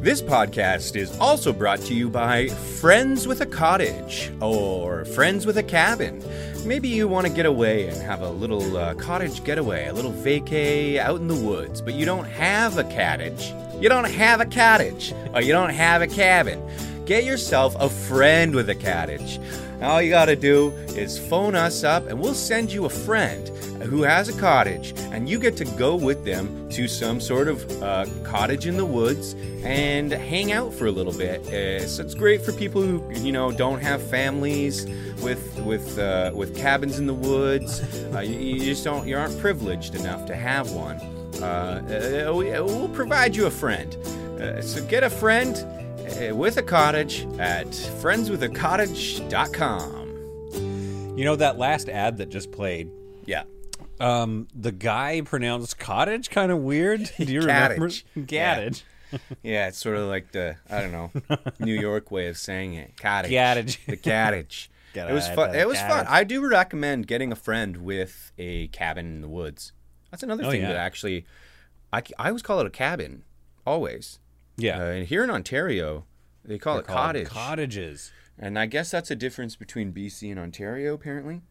This podcast is also brought to you by Friends with a Cottage or Friends with a Cabin. Maybe you want to get away and have a little uh, cottage getaway, a little vacay out in the woods, but you don't have a cottage. You don't have a cottage, or you don't have a cabin. Get yourself a friend with a cottage. All you gotta do is phone us up and we'll send you a friend who has a cottage and you get to go with them to some sort of uh, cottage in the woods and hang out for a little bit. Uh, so it's great for people who you know don't have families with with uh, with cabins in the woods. Uh, you, you just don't you aren't privileged enough to have one. Uh, uh, we, we'll provide you a friend. Uh, so get a friend uh, with a cottage at friendswithacottage.com. You know that last ad that just played. Yeah. Um, the guy pronounced cottage kind of weird. Do you remember? Cottage. Cottage. Yeah, it's sort of like the I don't know New York way of saying it. Cottage. Cottage. The cottage. Gotta it was add fun. that It was fun. cottage. I do recommend getting a friend with a cabin in the woods. That's another Oh, thing yeah. that actually, I, c- I always call it a cabin, always. Uh, Yeah. and here in Ontario, they call They're it called cottage. Cottages. And I guess that's a difference between BC and Ontario, apparently.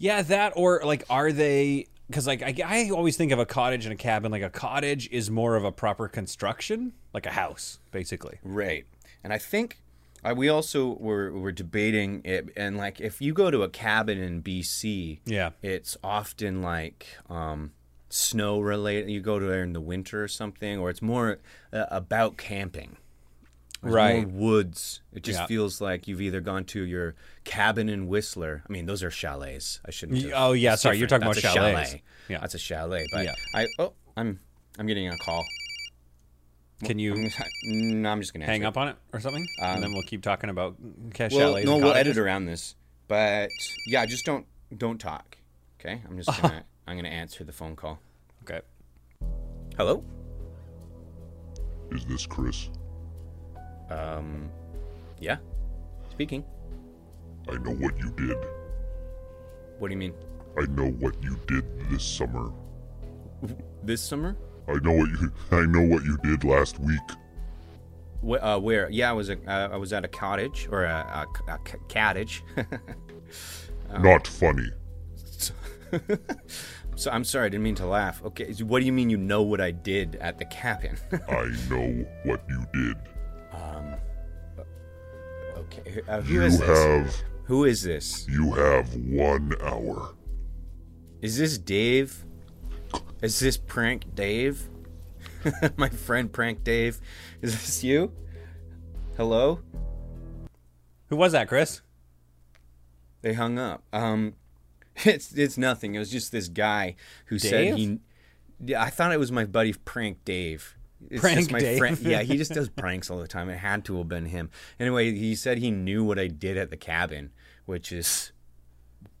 Yeah, that or like, are they? Because like, I, I always think of a cottage and a cabin. Like a cottage is more of a proper construction, like a house, basically. Right. And I think I, we also were, were debating it. And like, if you go to a cabin in BC, Yeah. it's often like um, snow related. You go to there in the winter or something, or it's more uh, about camping. There's Right. More woods. It just Yeah. feels like you've either gone to your cabin in Whistler. I mean, those are chalets. I shouldn't. Y- Have, oh, yeah, it's sorry, you're different. talking That's about a chalets. Chalet. Yeah. That's a chalet. But Yeah. I oh I'm I'm getting a call. Can you no, I'm just gonna hang answer it. up on it or something? and then we'll keep talking about cash Um, Well, chalets. no, and we'll cottages? edit around this. But yeah, just don't don't talk. Okay, I'm just gonna I'm gonna answer the phone call. Okay. Hello. Is this Chris? Um, yeah. Speaking. I know what you did. What do you mean? I know what you did this summer. This summer? I know what you I know what you did last week. Wh- uh, where? Yeah, I was a, uh, I was at a cottage or a, a, c- a c- cottage. Oh. Not funny. so I'm sorry, I didn't mean to laugh. Okay, so what do you mean you know what I did at the cabin? I know what you did. okay, uh, who You is this? have Who is this? you have 1 hour. Is this Dave? Is this prank Dave? My friend prank Dave. Is this you? Hello? Who was that, Chris? They hung up. Um, it's it's nothing. It was just this guy who said Dave? he. Yeah, I thought it was my buddy Prank Dave. It's Prank just my Dave. friend- yeah, he just does pranks all the time. It had to have been him. Anyway, he said he knew what I did at the cabin, which is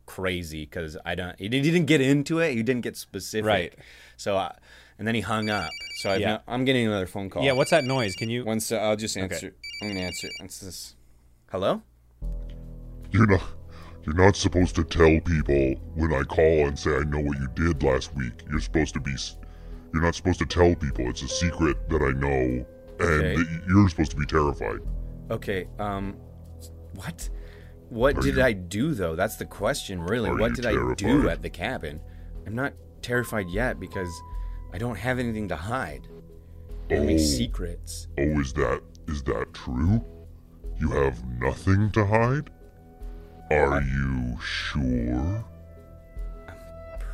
crazy because I don't. He didn't he didn't get into it. He didn't get specific. Right. So, I, and then he hung up. So I've Yeah. no- I'm getting another phone call. Yeah. What's that noise? Can you? Once I'll just answer. I'm gonna answer. It's this. Hello. You're not you're not supposed to tell people when I call and say I know what you did last week. You're supposed to be s- you're not supposed to tell people. It's a secret that I know and Okay. that you're supposed to be terrified. Okay, um what? What Are did you- I do though? That's the question, really. Are What you did I do terrified? at the cabin? I'm not terrified yet because I don't have anything to hide. Any Oh. secrets. Oh, is that is that true? You have nothing to hide? Are you sure?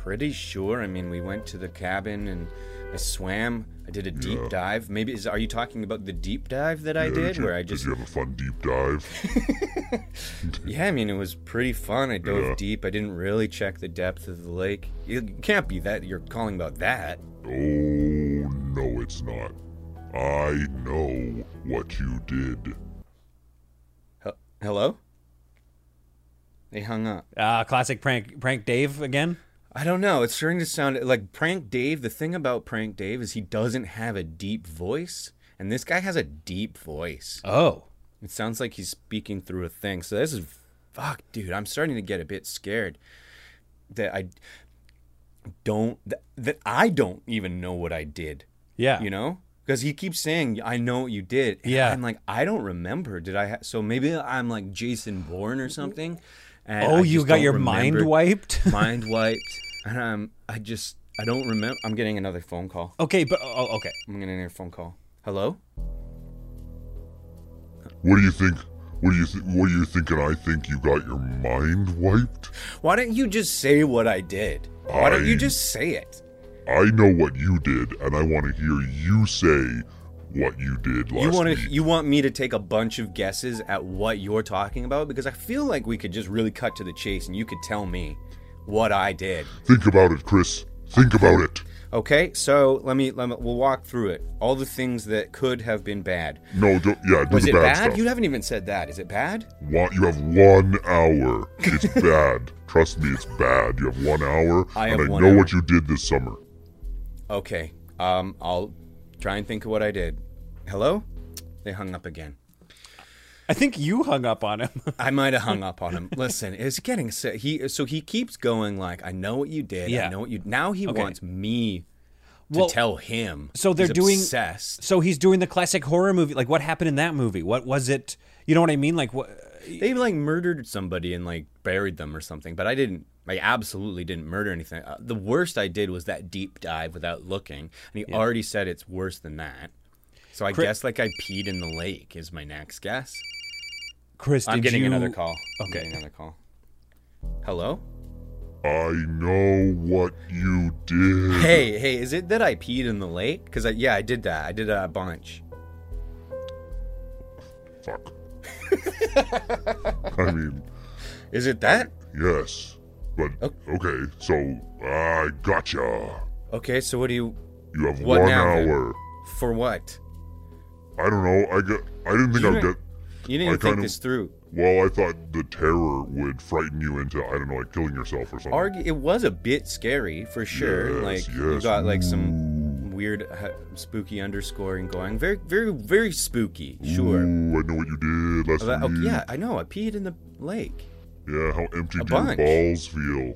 Pretty sure. I mean, we went to the cabin and I swam. I did a deep Yeah. dive. Maybe is are you talking about the deep dive that I Yeah, did you- where I just you have a fun deep dive? Yeah, I mean, it was pretty fun. I dove Yeah. deep. I didn't really check the depth of the lake. It can't be that you're calling about that. oh no, it's not. I know what you did. He- Hello? They hung up. Uh, classic prank, prank Dave again. I don't know. It's starting to sound like Prank Dave. The thing about Prank Dave is he doesn't have a deep voice, and this guy has a deep voice. Oh, It sounds like he's speaking through a thing. So this is fuck, dude. I'm starting to get a bit scared that I don't that, that I don't even know what I did. yeah. You know? Because he keeps saying, "I know what you did." And Yeah. I'm like, I don't remember. Did I? Ha-? So maybe I'm like Jason Bourne or something. and oh, I you just got don't your mind remember- wiped. mind wiped, and um, I just I don't remember. I'm getting another phone call. okay, but oh, okay. I'm getting another phone call. Hello? What do you think? What do you th- what do you thinking? I think you got your mind wiped. Why don't you just say what I did? Why don't you I- just say it? I know what you did, and I want to hear you say what you did last You want to week. you want me to take a bunch of guesses at what you're talking about because I feel like we could just really cut to the chase and you could tell me what I did. Think about it, Chris. Think about it. Okay? So, let me let me we'll walk through it. All the things that could have been bad. No, don't, yeah, do Was the it bad, bad? stuff. You haven't even said that. Is it bad? Wa- you have one hour. It's bad. Trust me, it's bad. You have one hour, I have and I one know hour. what you did this summer. Okay. Um, I'll try and think of what I did. Hello? They hung up again. I think you hung up on him. I might have hung up on him. Listen, it's getting so he so he keeps going like I know what you did. Yeah. I know what you. Now he Okay. wants me to Well, tell him. so they're He's doing- obsessed. so he's doing the classic horror movie. Like, what happened in that movie? What was it? You know what I mean? Like, what? They like murdered somebody and like buried them or something. But I didn't. I absolutely didn't murder anything. Uh, the worst I did was that deep dive without looking, and he already said it's worse than that. So I Cri- guess like I peed in the lake is my next guess. Chris, I'm did getting you- another call. I'm Okay. getting another call. Hello? I know what you did. Hey, hey, is it that I peed in the lake? Because I, yeah, I did that. I did that a bunch. Fuck. I mean, Is it that? yes, but Oh. okay. So I gotcha. Okay, so what do you. You have What one now, then? hour. For what? I don't know. I got. I didn't think You I'd didn't- You get. I didn't even think kinda- this through. Well, I thought the terror would frighten you into I don't know, like killing yourself or something. Argu- it was a bit scary, for sure. Yes, like, you yes. Mm. got, like, some weird, uh, spooky underscoring going. Very, very, very spooky, sure. Ooh, I know what you did last But- okay, week. yeah, I know. I peed in the lake. Yeah, how empty A do your bunch. balls feel?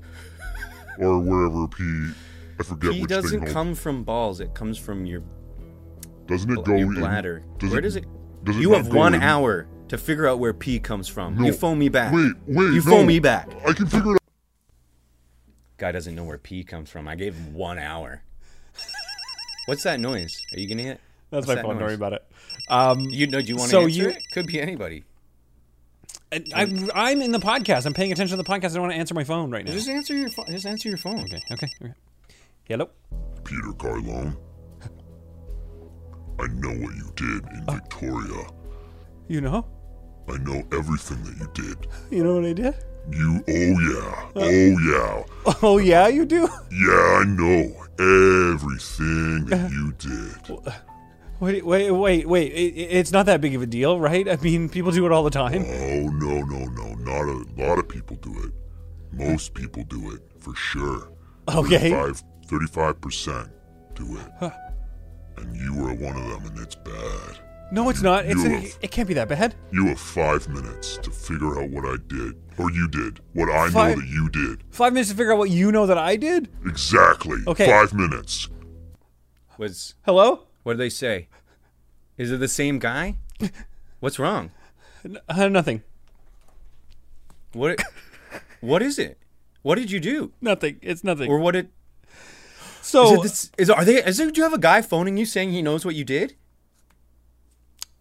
or wherever pee. I forget Pee which doesn't thing. come from balls, it comes from your doesn't it go your in- bladder. does where does it? does it you not have go one in? hour to figure out where pee comes from. No. You phone me back. Wait, wait. You no. phone me back. I can figure it out. Guy doesn't know where pee comes from. I gave him one hour. What's that noise? Are you getting it? What's That's my that phone. Don't noise? worry about it. Um, You know? Do you want to So answer you- it? Could be anybody. and I'm, I'm in the podcast. I'm paying attention to the podcast. I don't want to answer my phone right now. Just answer your phone. Just answer your phone. Okay. Okay. okay. Hello. Peter Carlone. I know what you did in Victoria. You know. I know everything that you did. You know what I did? You, oh yeah, oh yeah. Oh yeah, you do. Yeah, I know everything that you did. Wait, wait, wait, wait. It, it- it's not that big of a deal, right? I mean, people do it all the time. Oh, no, no, no. Not a lot of people do it. Most people do it, for sure. Okay. 35, 35% do it. And you were one of them, and it's bad. No, it's not. It's You- it can't be that bad. You have five minutes to figure out what I did, or you did, what I Five- know that you did. Five minutes to figure out what you know that I did. Exactly. Okay. Five minutes. Was Hello. what did they say? Is it the same guy? What's wrong? N- uh, nothing. What? what is it? What did you do? Nothing. It's nothing. Or what did? Is so it this, is are they? Is there? Do you have a guy phoning you saying he knows what you did?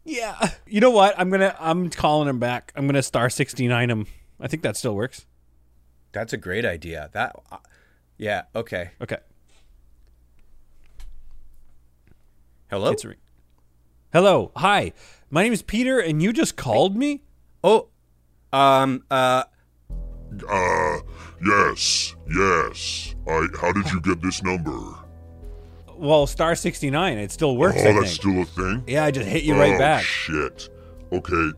yeah. You know what? I'm gonna. I'm calling him back. I'm gonna star sixty nine him. I think that still works. That's a great idea. That, uh, yeah, okay. Okay. Hello. It's re- Hello. Hi. My name is Peter, and you just called me. oh, um, uh, Uh, yes, yes. I. How did you get this number? well, star sixty nine. It still works. I oh, that's think. still a thing. yeah, I just hit you right oh, back. Shit. Okay.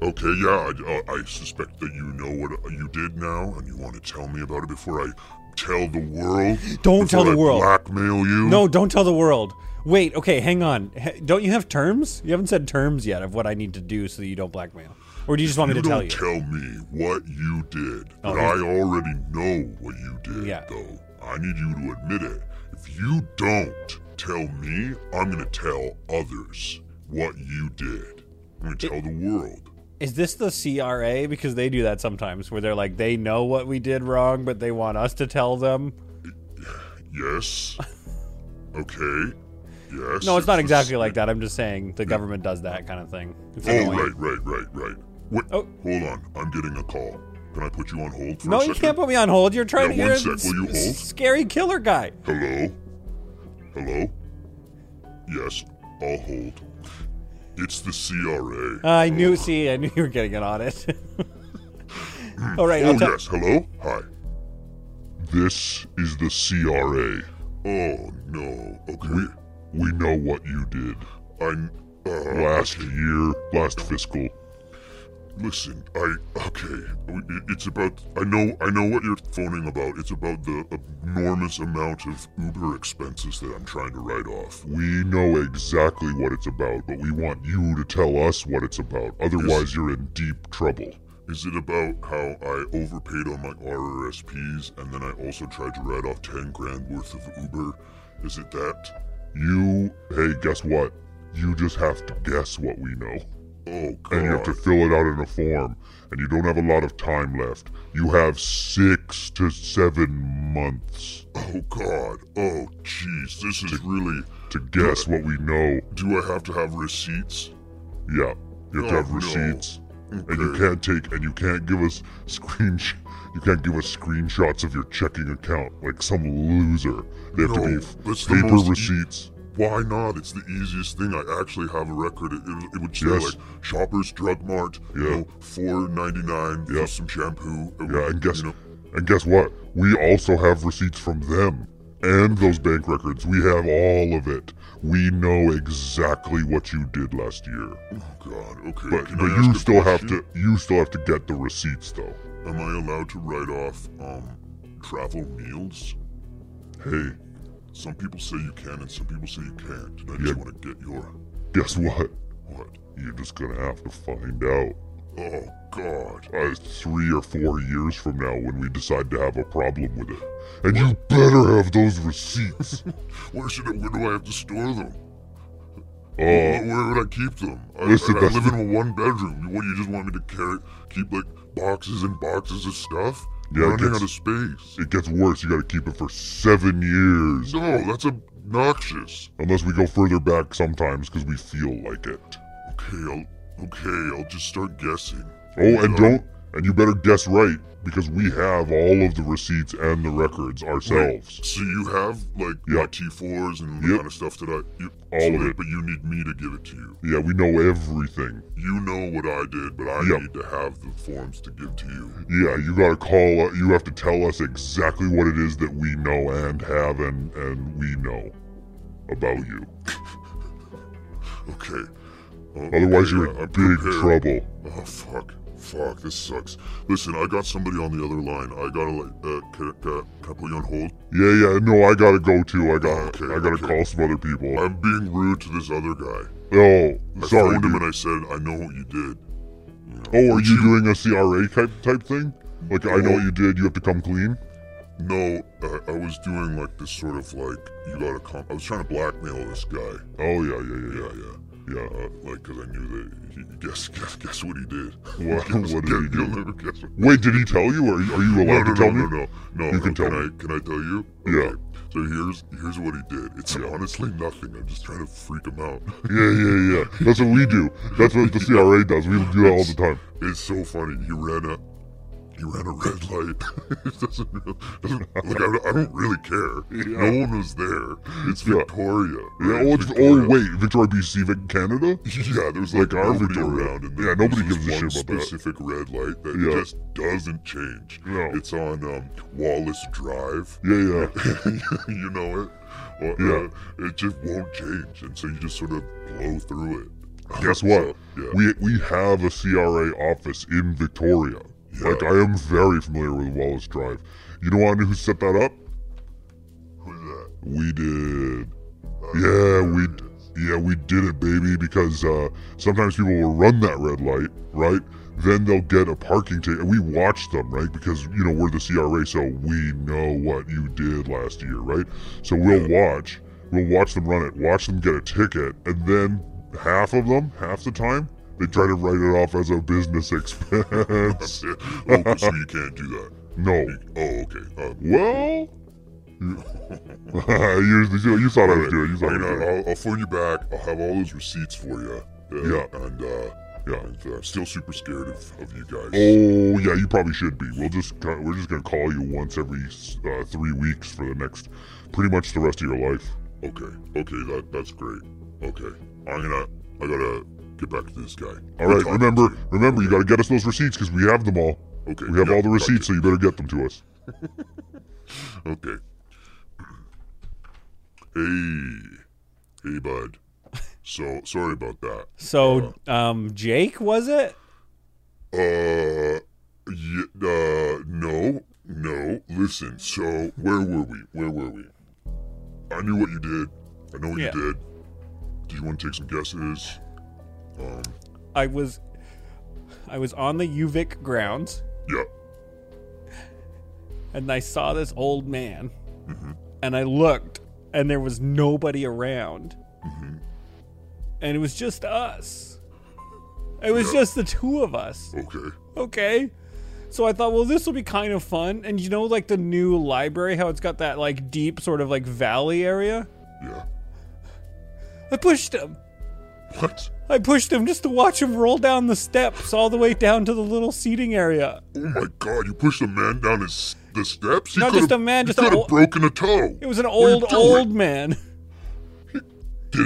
Okay. Yeah. I, uh, I suspect that you know what you did now, and you want to tell me about it before I tell the world. Don't Before tell the I world. Blackmail you. No, don't tell the world. Wait, okay, hang on. H- Don't you have terms? You haven't said terms yet of what I need to do so that you don't blackmail. Or do you just want me You to tell don't you? tell me what you did. Oh, but I already know what you did, Yeah. though. I need you to admit it. If you don't tell me, I'm going to tell others what you did. I'm going to tell the world. Is this the CRA? Because they do that sometimes where they're like, they know what we did wrong, but they want us to tell them. Yes. okay. Yes. No, it's not this- exactly like that. I'm just saying the government does that kind of thing. It's Oh, annoying. right, right, right, right. Wait, Oh. hold on. I'm getting a call. Can I put you on hold for a No, second? you can't put me on hold. You're trying to. Yeah, one You're a sec. Will you s- hold? Scary killer guy. Hello? Hello? Yes, I'll hold. It's the CRA. Uh, I knew. See, I knew you were getting an audit. All right, oh, I'll tell. yes, hello? Hi. This is the CRA. Oh, no. Okay. We, we know what you did. I. kn- Uh, last year, last fiscal. Listen, I okay. it- It's about. I know. I know what you're phoning about. It's about the enormous amount of Uber expenses that I'm trying to write off. We know exactly what it's about, but we want you to tell us what it's about. Otherwise, you're in deep trouble. Is it about how I overpaid on my RRSPs and then I also tried to write off ten grand worth of Uber? Is it that? You. Hey, guess what? You just have to guess what we know Oh, God. and you have to fill it out in a form and you don't have a lot of time left you have six to seven months Oh God! Oh jeez, this is really. to guess what we know Do I have to have receipts? yeah you have to Oh, have no. receipts and you Okay. can't take and you can't give us screensh you can't give us screenshots of your checking account like some loser they have to be No, f- that's the paper most e- receipts Why not? It's the easiest thing. I actually have a record. It, it, it would say Yes. like Shoppers Drug Mart, you Yeah. know, four ninety nine Yeah. for some shampoo. and, yeah and guess you know, and guess what we also have receipts from them and those bank records we have all of it we know exactly what you did last year oh God. Okay. But, can but I you ask a still have question? to you still have to get the receipts though. Am I allowed to write off um travel meals? Hey, Some people say you can, and some people say you can't. And I Yeah. just want to get your guess what? what? You're just gonna have to find out. Oh God! Uh, three or four years from now when we decide to have a problem with it. And you better have those receipts. Where should I, where do I have to store them? Where, Oh, where would I keep them? I, Listen, I, I that's live in the- a one bedroom. You- What you just want me to carry? Keep like boxes and boxes of stuff? Yeah, it running gets- out of space. it gets worse. You gotta keep it for seven years. No, that's obnoxious. Unless we go further back sometimes because we feel like it. Okay, I'll okay, I'll just start guessing. Oh, and So- don't, and you better guess right because we have all of the receipts and the records ourselves. So you have like Yeah. my T4s and the Yep. kind of stuff that I you, All so of that- it. but you need me to give it to you. Yeah, we know everything. You know what I did, but I Yep. need to have the forms to give to you. Yeah, you gotta call. u- You have to tell us exactly what it is that we know and have and and we know about you. Okay. Oh, Otherwise, okay, you're I- in I'm big prepared. trouble. Oh fuck, fuck, this sucks. Listen, I got somebody on the other line. I gotta like, uh, can, can, can I put you on hold? Yeah, yeah. No, I gotta go too. I got. to Okay, I gotta okay. call some other people. I'm being rude to this other guy. oh, I sorry. phoned him dude. and I said, I know what you did. You know, Oh, are would you doing a CRA type type thing? Like I know what you did, you have to come clean. No, uh, I was doing like this sort of like you gotta come. I was trying to blackmail this guy. Oh yeah, yeah, yeah, Yeah, yeah, yeah, yeah. uh, like because I knew that. He, guess, guess, guess what he did. What- Guess- what did he guess- do? You'll never guess what. Wait, did he tell you? Are, are you No, allowed no, to tell no, me? no, no, no. You can no, tell I, me. Can I tell you? Yeah. So here's here's what he did. It's Yeah. honestly nothing. I'm just trying to freak him out. Yeah, yeah, yeah. That's what we do. That's what the CRA does. We do that all the time. It's so funny. He ran up. He you ran a red light. it doesn't really, doesn't, like, I, don't- I don't really care. No one was there. It's Victoria. right? oh, it's- oh, Victoria. wait, Victoria, BC, Vic- Canada? Yeah, there's like, our nobody Victoria. around, and then Yeah, nobody there's gives a one shit about that. specific red light that Yeah. just doesn't change. No. It's on um, Wallace Drive. Yeah, yeah. you know it. Well, Yeah. uh, it just won't change, and so you just sort of blow through it. Guess what? So, yeah. We we have a CRA office in Victoria. Like I am very familiar with Wallace Drive. You know what, who set that up? Who's that? We did. Yeah, we yeah we did it, baby. Because uh, sometimes people will run that red light, right? Then they'll get a parking ticket. We watch them, right? Because you know we're the CRA, so we know what you did last year, right? So we'll watch. We'll watch them run it. Watch them get a ticket, and then half of them, half the time, they try to write it off as a business expense. Oh, so you can't do that. no. Oh, okay. Uh, Well, you, you, you thought I was doing. it. You thought I I was doing. it. will I'll phone you back. I'll have all those receipts for you. Yeah. And, uh, yeah, I'm uh, still super scared of, of you guys. Oh yeah, you probably should be. We'll just go- we're just gonna call you once every uh, three weeks for the next, pretty much the rest of your life. Okay. Okay, that, that's great. Okay. I'm gonna, I gotta get back to this guy. All right, remember remember you gotta get us those receipts because we have them all. Okay, we have yeah, all the gotcha. receipts, so you better get them to us. Okay. Hey. Hey, bud. So, sorry about that. So, um, Jake was it? Uh, yeah, uh, no, no. Listen, so where were we? Where were we? I knew what you did. I know what Yeah. you did. Do you want to take some guesses? Um, I was, I was on the UVic grounds Yeah. and I saw this old man, Mm-hmm. and I looked and there was nobody around, Mm-hmm. and it was just us. It was just the two of us. Okay. okay. So I thought, well, this will be kind of fun. And you know, like the new library, how it's got that like deep sort of like valley area? Yeah. I pushed him. What? I pushed him just to watch him roll down the steps all the way down to the little seating area. Oh my God! You pushed a man down his the steps. He Not could've- just a man, he just a could have ol- broken a toe. It was an What are you old, doing? old man. Did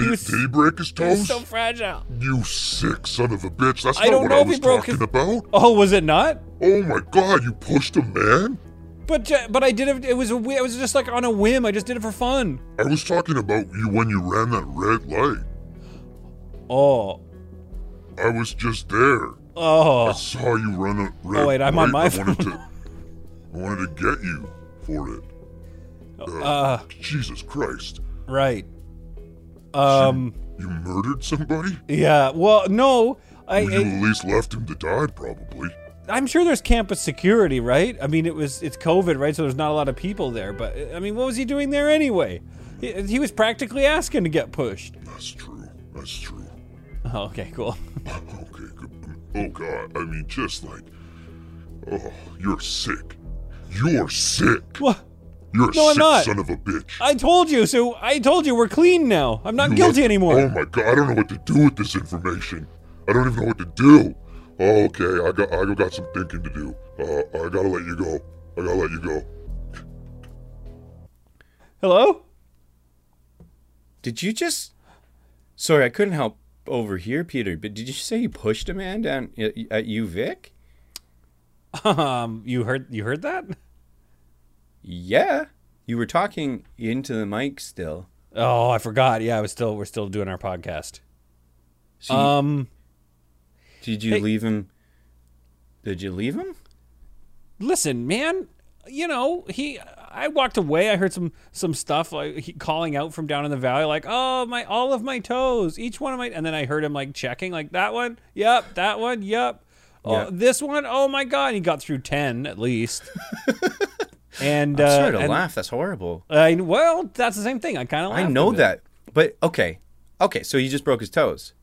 he, was- did he break his He was toes? so fragile. you sick son of a bitch! That's I not don't what know I if he was broke talking his- about. Oh, was it not? Oh my God! You pushed a man. But ju- but I did it. It was a whi- it was just like on a whim. I just did it for fun. I was talking about you when you ran that red light. Oh, I was just there. I oh, saw you run a red wait, I'm on light. my I wanted to, I wanted to get you for it. Uh, uh, Jesus Christ! right. Um, You murdered somebody? yeah. Well, no, I. Well, I- you at least left him to die, probably. I'm sure there's campus security, right? I mean, it was it's COVID, right? So there's not a lot of people there. But I mean, what was he doing there anyway? He, he was practically asking to get pushed. That's true. That's true. Oh, okay, cool. Okay. Good. Oh God! I mean, just like, oh, you're sick. You're sick. Well, You're a No, I'm sick not. son of a bitch. I told you. So I told you we're clean now. I'm not You guilty left- anymore. Oh my god, I don't know what to do with this information. I don't even know what to do. Oh, okay, I got I got some thinking to do. Uh, I gotta let you go. I gotta let you go. Hello? Did you just? Sorry, I couldn't help over here, Peter. But did you say you pushed a man down i- at you, Vic? Um, you heard you heard that? Yeah, you were talking into the mic still. Oh, I forgot. Yeah, I was still we're still doing our podcast. So you- Um, did you leave him? Did you leave him? listen, man. You know, he. I walked away. I heard some some stuff like he calling out from down in the valley, like, "Oh my, all of my toes, each one of my." And then I heard him like checking, like that one, yep, that one, yep, oh, Yeah. this one, oh my god, he got through ten at least. and I'm uh, sorry to and laugh. That's horrible. I, well, that's the same thing. I kind of. I know that, but okay, okay. So you just broke his toes.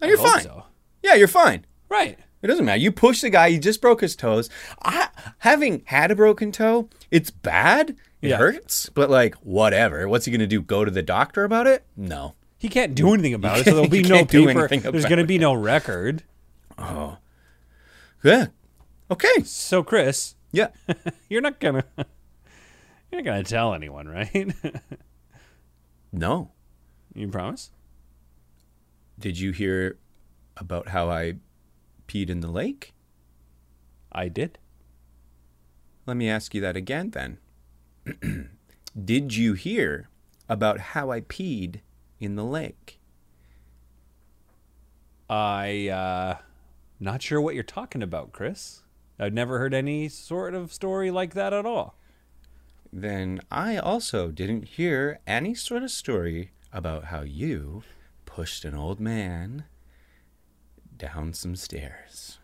And you're hope fine. so. Yeah, you're fine. Right. It doesn't matter. You push the guy. He just broke his toes. I, having had a broken toe, it's bad. It Yeah. hurts, but like whatever. What's he gonna do? Go to the doctor about it? No. He can't do anything about it, so there'll You be no can't do paper. anything There's about going to be no record. Yeah. Okay. So Chris, Yeah. you're not gonna you're not gonna tell anyone, right? No. you promise? Did you hear about how I peed in the lake? I did. Let me ask you that again then. Did you hear about how I peed in the lake? I uh not sure what you're talking about, Chris. I've never heard any sort of story like that at all. Then I also didn't hear any sort of story about how you pushed an old man down some stairs.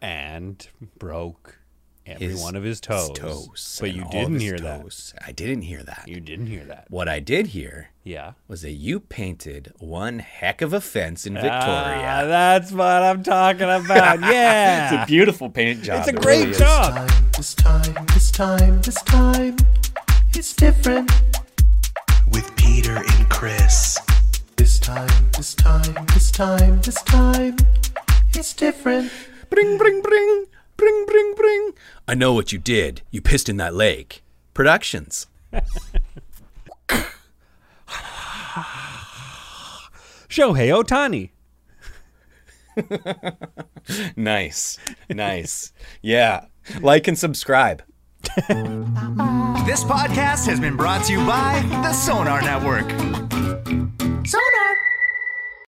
And broke every His- one of his his toes. toes But and you all of didn't his hear toes. I didn't hear that. that. You didn't hear that. What I did hear Yeah. was that you painted one heck of a fence in Ah, Victoria. that's what I'm talking about. Yeah. It's a beautiful paint job. It's a It great really is. job. time, this time, this time, this time, it's different. With Peter and Chris. This time, this time, this time, this time, it's different. Bring, bring, bring, bring, bring, bring. I know what you did. You pissed in that lake. Productions. Shohei Otani. Nice. Nice. yeah. Like and subscribe. This podcast has been brought to you by the Sonar Network. Sonar